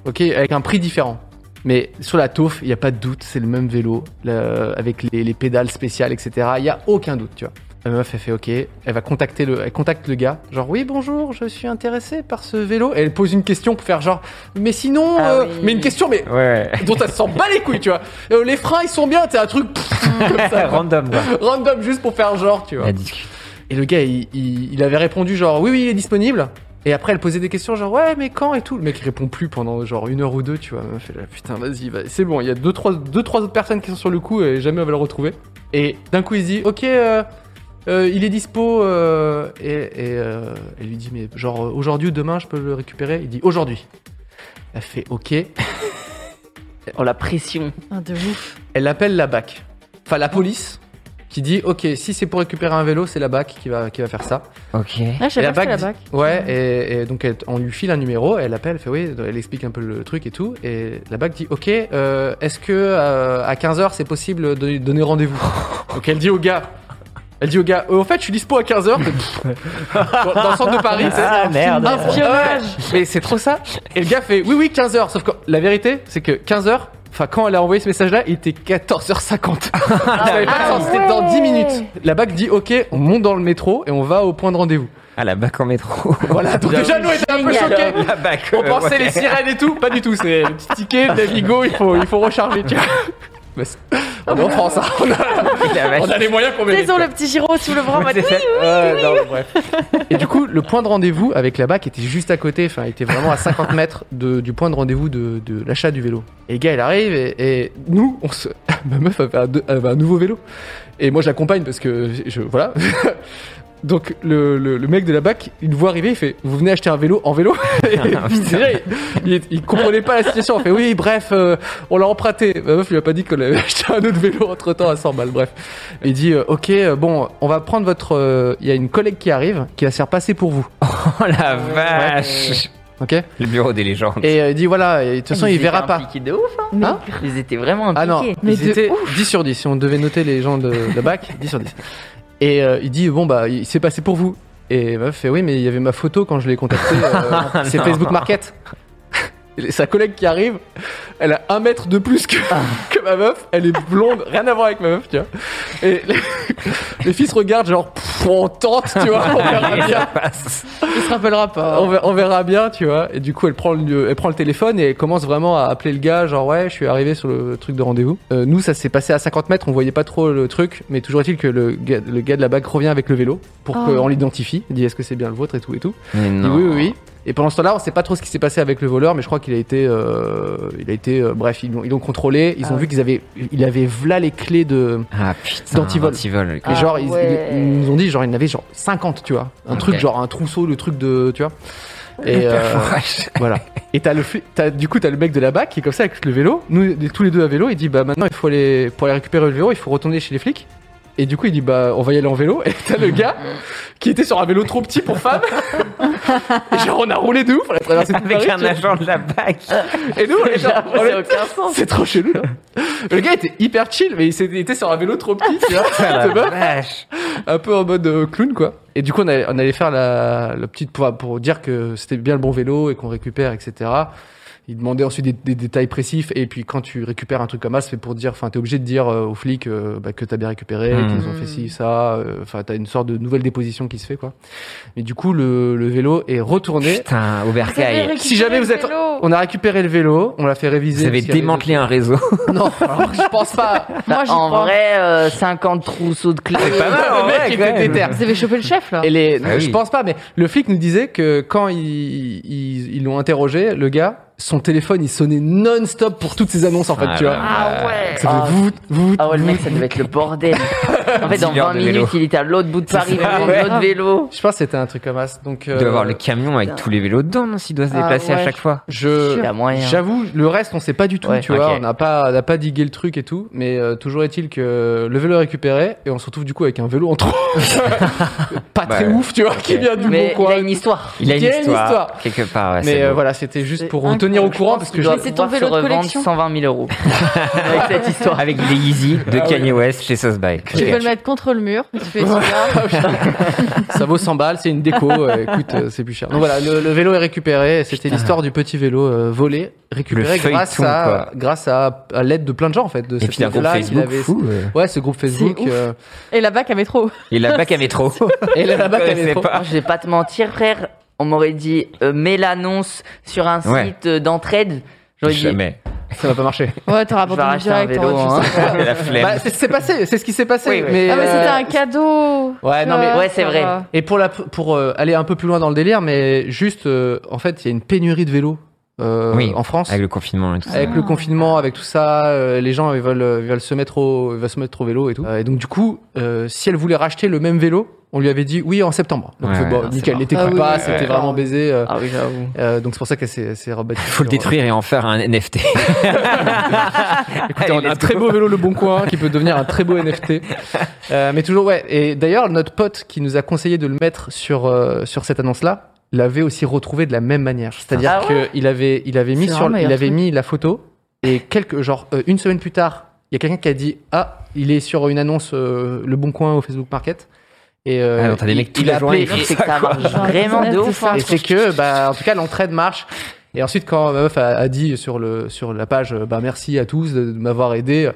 Ok Avec un prix différent. Mais sur la taufe, il n'y a pas de doute. C'est le même vélo. le- avec les, les pédales spéciales, etc. Il n'y a aucun doute, tu vois. La meuf, elle fait OK. Elle va contacter le, elle contacte le gars. Genre, oui, bonjour, je suis intéressé par ce vélo. Et elle pose une question pour faire genre, mais sinon, Ah euh, oui. mais une question, mais Ouais. dont elle s'en bat les couilles, tu vois. Euh, les freins, ils sont bien, c'est un truc pff, comme ça, Random. quoi. random juste pour faire genre, tu vois. La discute. Et le gars, il, il- il avait répondu genre oui, oui, il est disponible. Et après, elle posait des questions genre ouais, mais quand et tout. Le mec, il répond plus pendant genre une heure ou deux, tu vois. Elle fait là, putain, vas-y, va- c'est bon. Il y a deux trois, deux, trois autres personnes qui sont sur le coup et jamais on va le retrouver. Et d'un coup, il se dit ok, euh, euh, il est dispo. euh, et et euh, elle lui dit mais genre aujourd'hui ou demain, je peux le récupérer. Il dit aujourd'hui. Elle fait ok. Oh, la pression. ah, de ouf. Elle appelle la BAC. enfin la police, qui dit ok, si c'est pour récupérer un vélo, c'est la BAC qui va, qui va faire ça. Ok. Et Ah, je savais pas que c'était la BAC BAC. dit- Ouais, et, et donc elle- on lui file un numéro, elle appelle, elle fait oui, elle explique un peu le truc et tout, et la BAC dit ok, euh, est-ce que euh, à 15h c'est possible de lui donner rendez-vous Donc elle dit au gars, elle dit au gars, Euh, au fait je suis dispo à 15h, dans, dans le centre de Paris, tu sais. Ah merde. Ah, Espionnage. ouais. Mais c'est trop ça. Et le gars fait oui, oui, 15h. Sauf que la vérité, c'est que 15h, enfin, quand elle a envoyé ce message-là, il était 14h50. Ah, Il savait pas quand c'était dans 10 minutes. La BAC dit ok, on monte dans le métro et on va au point de rendez-vous. Ah la bac en métro. Voilà, donc déjà nous était un peu Génial. choqués. la bac. On euh, pensait ouais. les sirènes et tout, pas du tout. C'est le petit ticket, le Navigo, il faut, il faut recharger. tu vois. Mais c'est- on est en France, hein. on, a, La vache. on a les moyens qu'on mérite. Ils ont le petit giro sous le bras en mode, C'est ça. Ouais, non, bref. Et du coup, le point de rendez-vous avec la BAC était juste à côté, enfin, il était vraiment à 50 mètres de- du point de rendez-vous de, de l'achat du vélo. Et le gars, il arrive et, et nous, on se. Ma meuf avait un, deux- avait un nouveau vélo. Et moi, je l'accompagne parce que. Je, voilà. Donc, le, le- le mec de la BAC, il nous voit arriver, il fait Vous venez acheter un vélo en vélo Et déjà, il, il- il comprenait pas la situation. On fait Oui, bref, euh, on l'a emprunté. Ma meuf lui a pas dit qu'on avait acheté un autre vélo entre temps à 100 balles, bref. Il dit euh, Ok, euh, bon, on va prendre votre. euh, Il y a une collègue qui arrive qui va se faire passer pour vous. Oh la vache. Ok Et Le bureau des légendes. euh, il dit Voilà, et de toute façon, Ils il étaient verra pas. impliqués de ouf, hein. Hein Ils étaient vraiment impliqués. Ah non, ils étaient 10 sur 10. Si on devait noter les gens de, de bac, 10 sur 10. Et euh, il dit Bon, bah, il s'est passé pour vous. Et ma meuf fait Oui, mais il y avait ma photo quand je l'ai contacté. euh, c'est Facebook Market. Et Sa collègue qui arrive, elle a un mètre de plus que, que ma meuf. Elle est blonde, rien à voir avec ma meuf, tu vois. Et les, les filles se regardent, genre, Pff, on tente, tu vois, on verra bien. il se rappellera pas. On ver- on verra bien, tu vois. Et du coup, elle prend, le, elle prend le téléphone et elle commence vraiment à appeler le gars, genre ouais, je suis arrivé sur le truc de rendez-vous. Euh, nous, ça s'est passé à 50 mètres, on voyait pas trop le truc, mais toujours est-il que le gars, le gars de la bague revient avec le vélo pour Oh. qu'on l'identifie. Il dit est-ce que c'est bien le vôtre et tout et tout. Mais Il dit, non. oui, oui, oui. Et pendant ce temps-là, on sait pas trop ce qui s'est passé avec le voleur, mais je crois qu'il a été, euh, il a été, euh, bref, ils l'ont ils l'ont contrôlé. Ils ont vu qu'ils avaient, il avait v'là les clés de. Ah putain. D'antivol. Ah. D'antivol. Et genre, ils, ouais. ils- ils nous ont dit, genre, il y en avait genre 50, tu vois. Un Ok. truc, genre un trousseau, le truc de, tu vois. Et euh, voilà. Et t'as le flic- t'as- du coup, t'as le mec de la BAC qui est comme ça avec le vélo. Nous, tous les deux à vélo, il dit, bah maintenant, il faut aller, pour aller récupérer le vélo, il faut retourner chez les flics. Et du coup, il dit, bah on va y aller en vélo. Et t'as le gars qui était sur un vélo trop petit pour femme. Et genre, on a roulé de ouf, on a traversé tout Paris, Avec un tu vois. agent de la bac. Et nous, on est genre, oh, on est- aucun sens. c'est trop chelou là. Le gars était hyper chill, mais il s'était- il était sur un vélo trop petit, tu vois. Ah, De la meuf vache. un peu en mode euh, clown quoi. Et du coup on allait, on allait faire la, la petite pour, pour dire que c'était bien le bon vélo et qu'on récupère etc. Il demandait ensuite des, des détails précis et puis quand tu récupères un truc comme ça, c'est pour dire, enfin t'es obligé de dire euh, aux flics euh, bah, que t'as bien récupéré, Mhm. qu'ils ont fait ci ça, euh, enfin t'as une sorte de nouvelle déposition qui se fait quoi. Mais du coup le, le vélo est retourné. Putain, au bercail. Si jamais vous êtes, on a récupéré le vélo, on l'a fait réviser. Vous avez parce qu'il y avait démantelé un réseau. des- Non, alors, je pense pas. Moi, j'y en crois. vrai, euh, 50 trousseaux de clés. pas mal. le en mec vrai, était quand même. déter. Vous avez chopé le chef là. Et les, Ah oui. je pense pas, mais le flic nous disait que quand ils ils- ils l'ont interrogé, le gars, son téléphone il sonnait non-stop pour toutes ses annonces en fait, Ah tu là vois. là. Ah ouais. Ça faisait vous, vous, Ah ouais, le mec, ça devait être le bordel. En fait, dans Dealer 20 de vélo. minutes, il était à l'autre bout de Paris, ça, dans ouais. l'autre vélo. Je pense que c'était un truc comme ça. Donc, Il euh, doit avoir le camion avec tous les vélos dedans, non S'il doit se Ah déplacer à ouais. chaque fois. je, Il y a moyen. j'avoue, le reste on sait pas du tout, Ouais, tu vois. ok. On n'a pas, on n'a pas digué le truc et tout, mais euh, toujours est-il que le vélo est récupéré et on se retrouve du coup avec un vélo en trop, pas très Bah, ouf, tu vois, qui vient du Mais bon coin. il a une histoire. Il a une Il y a histoire. une histoire. Quelque part, ouais. Mais c'est euh, beau. voilà, c'était juste C'est pour vous tenir au incroyable. courant parce que Je je, pense qu'il doit- c'est ton vélo de se revendre collection. 120 000 euros. Avec cette histoire. Avec des Yeezy Ah, de Kanye West chez Sauce by. Tu peux le mettre contre le mur. Tu fais celui-là. Ça vaut 100 balles, c'est une déco. euh, écoute, euh, c'est plus cher. Donc voilà, le, le vélo est récupéré. C'était l'histoire du petit vélo euh, volé, récupéré Le feuilleton, grâce à quoi. grâce à, à l'aide de plein de gens en fait. De Et puis d'un groupe Facebook fou. euh. Ouais, ce groupe Facebook. ouf. euh, Et la bac à métro. Et la bac à métro. et là, là-bas, Je t'avais sais trop- pas. Je vais pas te mentir, frère. On m'aurait dit, euh, mets l'annonce sur un Ouais. site euh, d'entraide. J'aurais dit, Jamais. ça va pas marcher. Ouais, t'auras je vais abandonné racheter un direct. vélo. t'auras hein. juste- La flemme. Bah, c'est c'est passé, c'est ce qui s'est passé. Oui, oui. Mais, Ah, mais c'était euh, un cadeau. Ouais, Tu non, mais- vois, Ouais, c'est ça vrai. va. Et pour la pour euh, aller un peu plus loin dans le délire, mais juste euh, en fait, il y a une pénurie de vélos euh, Oui. en France. Avec le confinement et tout ça. Avec le confinement, avec tout ça, euh, les gens ils veulent, ils veulent se mettre au, ils veulent se mettre au vélo et tout. Euh, et donc du coup, euh, si elle voulait racheter le même vélo, On lui avait dit oui en septembre. Donc Ouais, bon, non, c'est nickel, mort. elle était Ah oui, pas, oui, c'était oui. vraiment baisé. euh, Ah oui, j'avoue. euh, donc c'est pour ça qu'elle s'est elle s'est rebâtie. Faut sur- le euh, détruire et en faire un NFT. Écoutez, on a un très beau vélo Le Bon Coin qui peut devenir un très beau NFT. Euh, mais toujours, ouais. Et d'ailleurs, notre pote qui nous a conseillé de le mettre sur, euh, sur cette annonce-là l'avait aussi retrouvé de la même manière. C'est-à-dire Ah ouais qu'il avait, il avait, mis, C'est sur, vraiment il un avait truc. mis la photo et quelques, genre, euh, une semaine plus tard, il y a quelqu'un qui a dit Ah, il est sur une annonce euh, Le Bon Coin au Facebook Market. Et euh, Ah, donc t'as des il- mecs toute il a la appelé- journée, ils font C'est que ça marche vraiment de ouf. hein. et c'est que, bah, en tout cas, l'entraide marche. Et ensuite, quand ma meuf a, a dit sur, le, sur la page, euh, bah, merci à tous de, de m'avoir aidé, euh,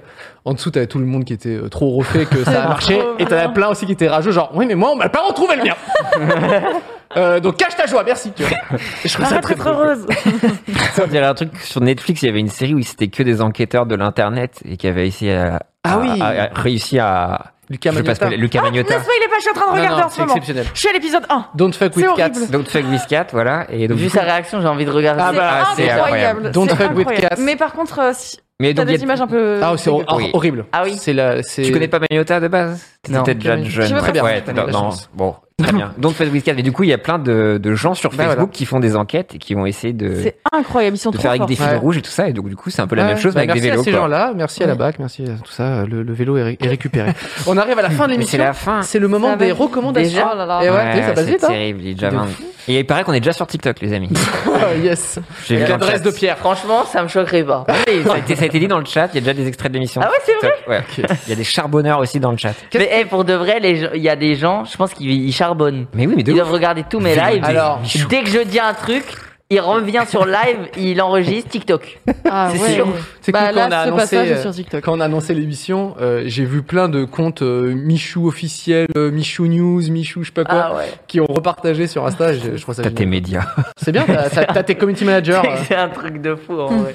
en dessous, t'avais tout le monde qui était euh, trop refait que ça a marché. trop Et t'en as plein aussi qui étaient rageux, genre, oui, mais moi, on m'a pas retrouvé le mien. Euh, donc, cache ta joie, merci. Tu vois. Je trouve ça très, très heureuse. Ça, on dirait un truc sur Netflix. Il y avait une série où c'était que des enquêteurs de l'internet et qui avaient essayé à, Ah à- oui. à- à- réussi à Lucas je sais pas ce Magnotta. que- Lucas Magnotta. N'est-ce pas, il est pas, je suis en train de Non, regarder non, en ce c'est moment. exceptionnel. Je suis à l'épisode 1. Don't fuck with C'est cats. horrible. Donc Fuck Miss Cat, voilà. Et donc, Vu du sa coup- réaction, j'ai envie de regarder. Ah bah, Ah, c'est c'est incroyable. Don't c'est fuck with incroyable. cats. Mais par contre, euh, si mais t'as donc, il y a- des images un peu. Ah, c'est hor- hor- Oui. horrible. Ah oui. C'est la, c'est... tu connais pas Magnotta de base T'étais Non. peut-être déjà jeune. Je sais pas Très bien. pourquoi. Ouais, T'as non, mis la non, chance. bon, très bien. Donc Fuck Miss Cat. Mais du coup, il y a plein de, de gens sur Bah, Facebook voilà. qui font des enquêtes et qui vont essayer de, C'est incroyable, ils sont de trop faire avec forts. des fils Ouais. rouges et tout ça. Et donc du coup, c'est un peu la Ouais, même chose bah, mais avec des merci vélos. à ces quoi. gens-là, merci à la BAC, merci à tout ça, euh, le, le vélo est, ré- est récupéré. On arrive à la fin de Mais c'est l'émission. la fin. C'est le moment Ça va des vite. recommandations. Déjà Oh là là. Et ouais, Ouais, tu sais, ça passe c'est vite, hein. terrible, il est déjà De 20. Et il paraît qu'on est déjà sur TikTok, les amis. Ah, yes. J'ai vu dans le L'adresse de chat. Pierre. Franchement, ça me choquerait pas. Et ça, a été, ça a été dit dans le chat, il y a déjà des extraits de l'émission. Ah ouais, c'est TikTok, ouais. Il y a des charbonneurs aussi dans le chat. Mais hey, eh, pour de vrai, les gens- il y a des gens, je pense qu'ils ils charbonnent. Mais oui, mais de Ils ouf. doivent regarder tous mes Des- lives. Alors, dès que je dis un truc, il revient sur live, il enregistre TikTok. Ah C'est ouais. sûr. C'est Bah, cool, quand là, on a ce annoncé, passage est euh, sur TikTok. Quand on a annoncé l'émission, euh, j'ai vu plein de comptes euh, Michou officiel, euh, Michou News, Michou je sais pas quoi, Ah ouais. qui ont repartagé sur Insta. Je, je trouve ça T'as tes génial. médias. C'est bien, t'as t'as- t'as tes community managers. euh. C'est un truc de fou en vrai.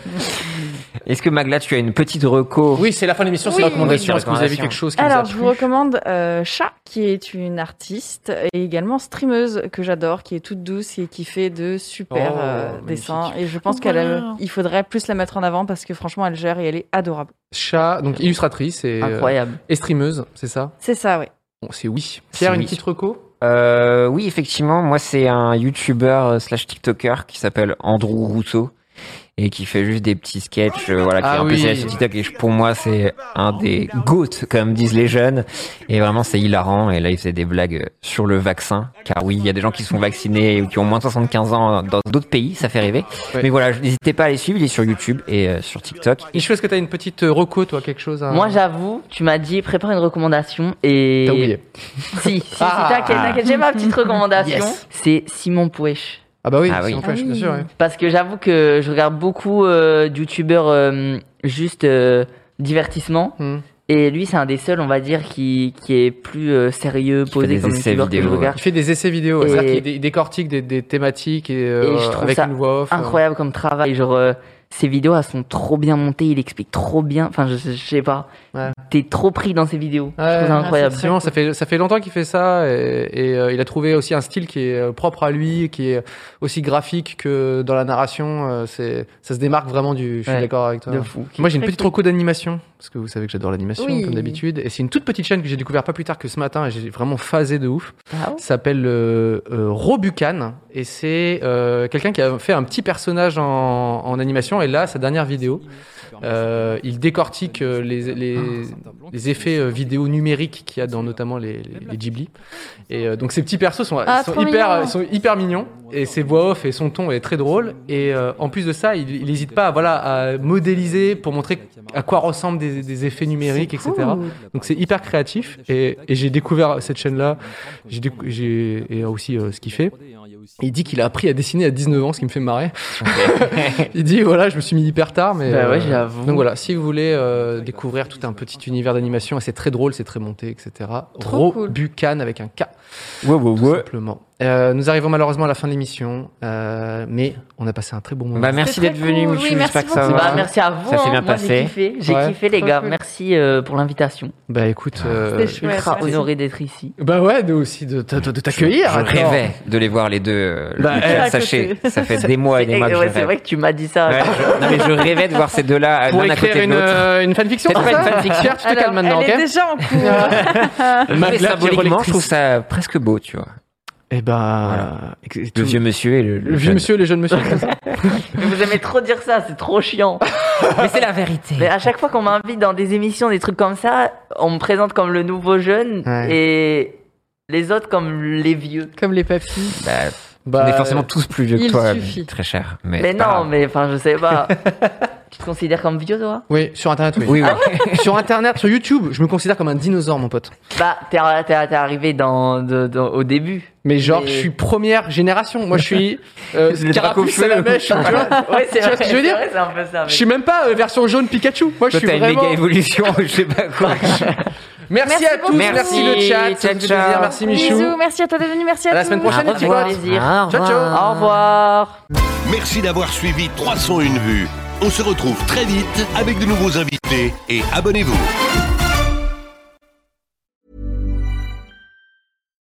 Est-ce que Magla, tu as une petite reco Oui, c'est la fin de l'émission, c'est Oui. la recommandation. Oui, Est-ce que vous avez vu recommandation. quelque chose qui Alors, je vous vous a plu recommande euh, Chat, qui est une artiste et également streameuse que j'adore, qui est toute douce et qui fait de super Oh, euh, magnifique. dessins. Et je pense Oh, qu'elle, euh, wow. il faudrait plus la mettre en avant parce que franchement, elle gère et elle est adorable. Chat, donc illustratrice et, euh, Incroyable. et streameuse, c'est ça C'est ça, oui. Bon, c'est oui. Pierre, C'est une oui. petite reco Euh, oui, effectivement, moi c'est un youtubeur euh, slash tiktoker qui s'appelle Andrew Rousseau et qui fait juste des petits sketchs, euh, voilà, qui Ah est un oui. peu célèbre sur TikTok et je- pour moi c'est un des goats comme disent les jeunes et vraiment c'est hilarant et là il faisait des blagues euh, sur le vaccin car oui, il y a des gens qui sont vaccinés ou qui ont moins de 75 ans euh, dans d'autres pays, ça fait rêver. Ouais. Mais voilà, n'hésitez pas à les suivre, il est sur YouTube et euh, sur TikTok. Michou, est-ce que t'as une petite euh, reco, toi, quelque chose à... Moi, j'avoue, tu m'as dit prépare une recommandation et. T'as oublié. Si, si, si, Ah. t'inquiète, t'inquiète, j'ai ma petite recommandation. Yes. C'est Simon Pouèche. Ah bah oui, Ah oui. si on peut, je suis sûr. ouais. Parce que j'avoue que je regarde beaucoup euh, de youtubeurs euh, juste euh, divertissement. Hmm. Et lui, c'est un des seuls, on va dire, qui, qui est plus euh, sérieux, posé des comme essais youtubeur que je vidéo, regarde. Il fait des essais vidéo, ouais. Et- c'est-à-dire qu'il dé- il décortique des, des thématiques et, euh, Et je trouve avec ça une voix off. euh. Incroyable comme travail. Genre, euh, ses vidéos, elles sont trop bien montées, il explique trop bien. Enfin, je, je sais pas. Ouais. T'es trop pris dans ses vidéos. Ouais, je trouve ça incroyable. effectivement, ça fait ça fait longtemps qu'il fait ça et, et, euh, il a trouvé aussi un style qui est euh, propre à lui, qui est aussi graphique que dans la narration. euh, c'est ça se démarque vraiment du. Je suis Ouais, d'accord avec toi. de fou. Moi j'ai une Très petite cool. reco d'animation parce que vous savez que j'adore l'animation Oui. comme d'habitude et c'est une toute petite chaîne que j'ai découvert pas plus tard que ce matin et j'ai vraiment phasé de ouf. Ah ouais. Ça s'appelle euh, euh, Robucan et c'est euh, quelqu'un qui a fait un petit personnage en, en animation et là sa dernière vidéo euh, il décortique euh, les, les, les effets euh, vidéo numériques qu'il y a dans notamment les, les, les Ghibli et euh, donc ces petits persos sont, Ah, sont trop hyper mignon. sont hyper mignons et ses voix off et son ton est très drôle et euh, en plus de ça il il n'hésite pas à, voilà à modéliser pour montrer à quoi ressemblent des, des effets numériques etc donc c'est hyper créatif et, et j'ai découvert cette chaîne là j'ai décou- j'ai et aussi euh, ce qu'il fait. Il dit qu'il a appris à dessiner à 19 ans, ce qui me fait marrer. il dit voilà, je me suis mis hyper tard, mais. Bah ouais, euh, j'avoue. Donc voilà, si vous voulez euh, découvrir tout un petit univers d'animation, et c'est très drôle, c'est très monté, etc. Trop cool. Robucan avec un K, Ouais, ouais, tout ouais. simplement. Euh, nous arrivons malheureusement à la fin de l'émission, euh, mais on a passé un très bon moment. Bah merci très d'être venu, cool. Michou, Oui, j'espère merci que ça beaucoup. va. Bah, merci à vous. Ça s'est hein. bien Moi, passé. J'ai kiffé, J'ai Ouais. kiffé les Trop gars. cool. Merci euh, pour l'invitation. Bah Ah, écoute. euh, C'était chouette. Ouais, Ultra merci. honoré d'être ici. bah ouais, nous aussi de, de, de- de t'accueillir. Je attends. rêvais de les voir les deux. euh, Bah, Lucas, elle, à sachez, côté. ça fait des mois et des Et- mois que ouais, je c'est rêve. vrai que tu m'as dit ça. Ouais, je- non, mais je rêvais de voir ces deux-là Pour l'un à écrire côté une, de l'autre. euh, une fanfiction, Peut-être c'est pas une ça fanfiction. Pierre, tu te Alors, calmes maintenant, elle ok est déjà en cours. Magla Mais qui est symboliquement, je trouve ça presque beau, tu vois. Eh ben, Voilà. ex- tout- Le vieux monsieur et le, le le vieux jeune. monsieur et le jeune monsieur. c'est ça Mais vous aimez trop dire ça, c'est trop chiant. Mais c'est la Bah, vérité. Mais à chaque fois qu'on m'invite dans des émissions, des trucs comme ça, on me présente comme le nouveau jeune Ouais. et les autres comme les vieux. Comme les papis. Bah, Bah, on est forcément tous plus vieux que il toi, suffit. très cher. Mais, Mais c'est pas non, grave. mais enfin, je sais pas. tu te considères comme vieux, toi Oui, sur internet, oui. Oui, oui. sur internet, sur YouTube, je me considère comme un dinosaure, mon pote. Bah, t'es t'es- t'es arrivé dans, de- dans- au début. Mais genre, Mais- je suis première génération. Moi, je suis euh, Les carapuce à dracophiles. la mèche. tu vois. Ouais, Tu c'est vois vrai, ce que je veux c'est dire vrai, c'est un peu ça. mais- Je suis même pas euh, version jaune Pikachu. Moi, je Toi, suis t'as une vraiment. méga évolution, je sais pas quoi. Merci, à tous, merci le chat, Ciao, ça me fait ciao. plaisir. merci Michou. Bisous, merci à toi d'être venu, merci à, À la tous. semaine prochaine, les petits revoir. potes. plaisir. Au Ciao, ciao. Au revoir. Merci d'avoir suivi 301 vues. On se retrouve très vite avec de nouveaux invités et abonnez-vous.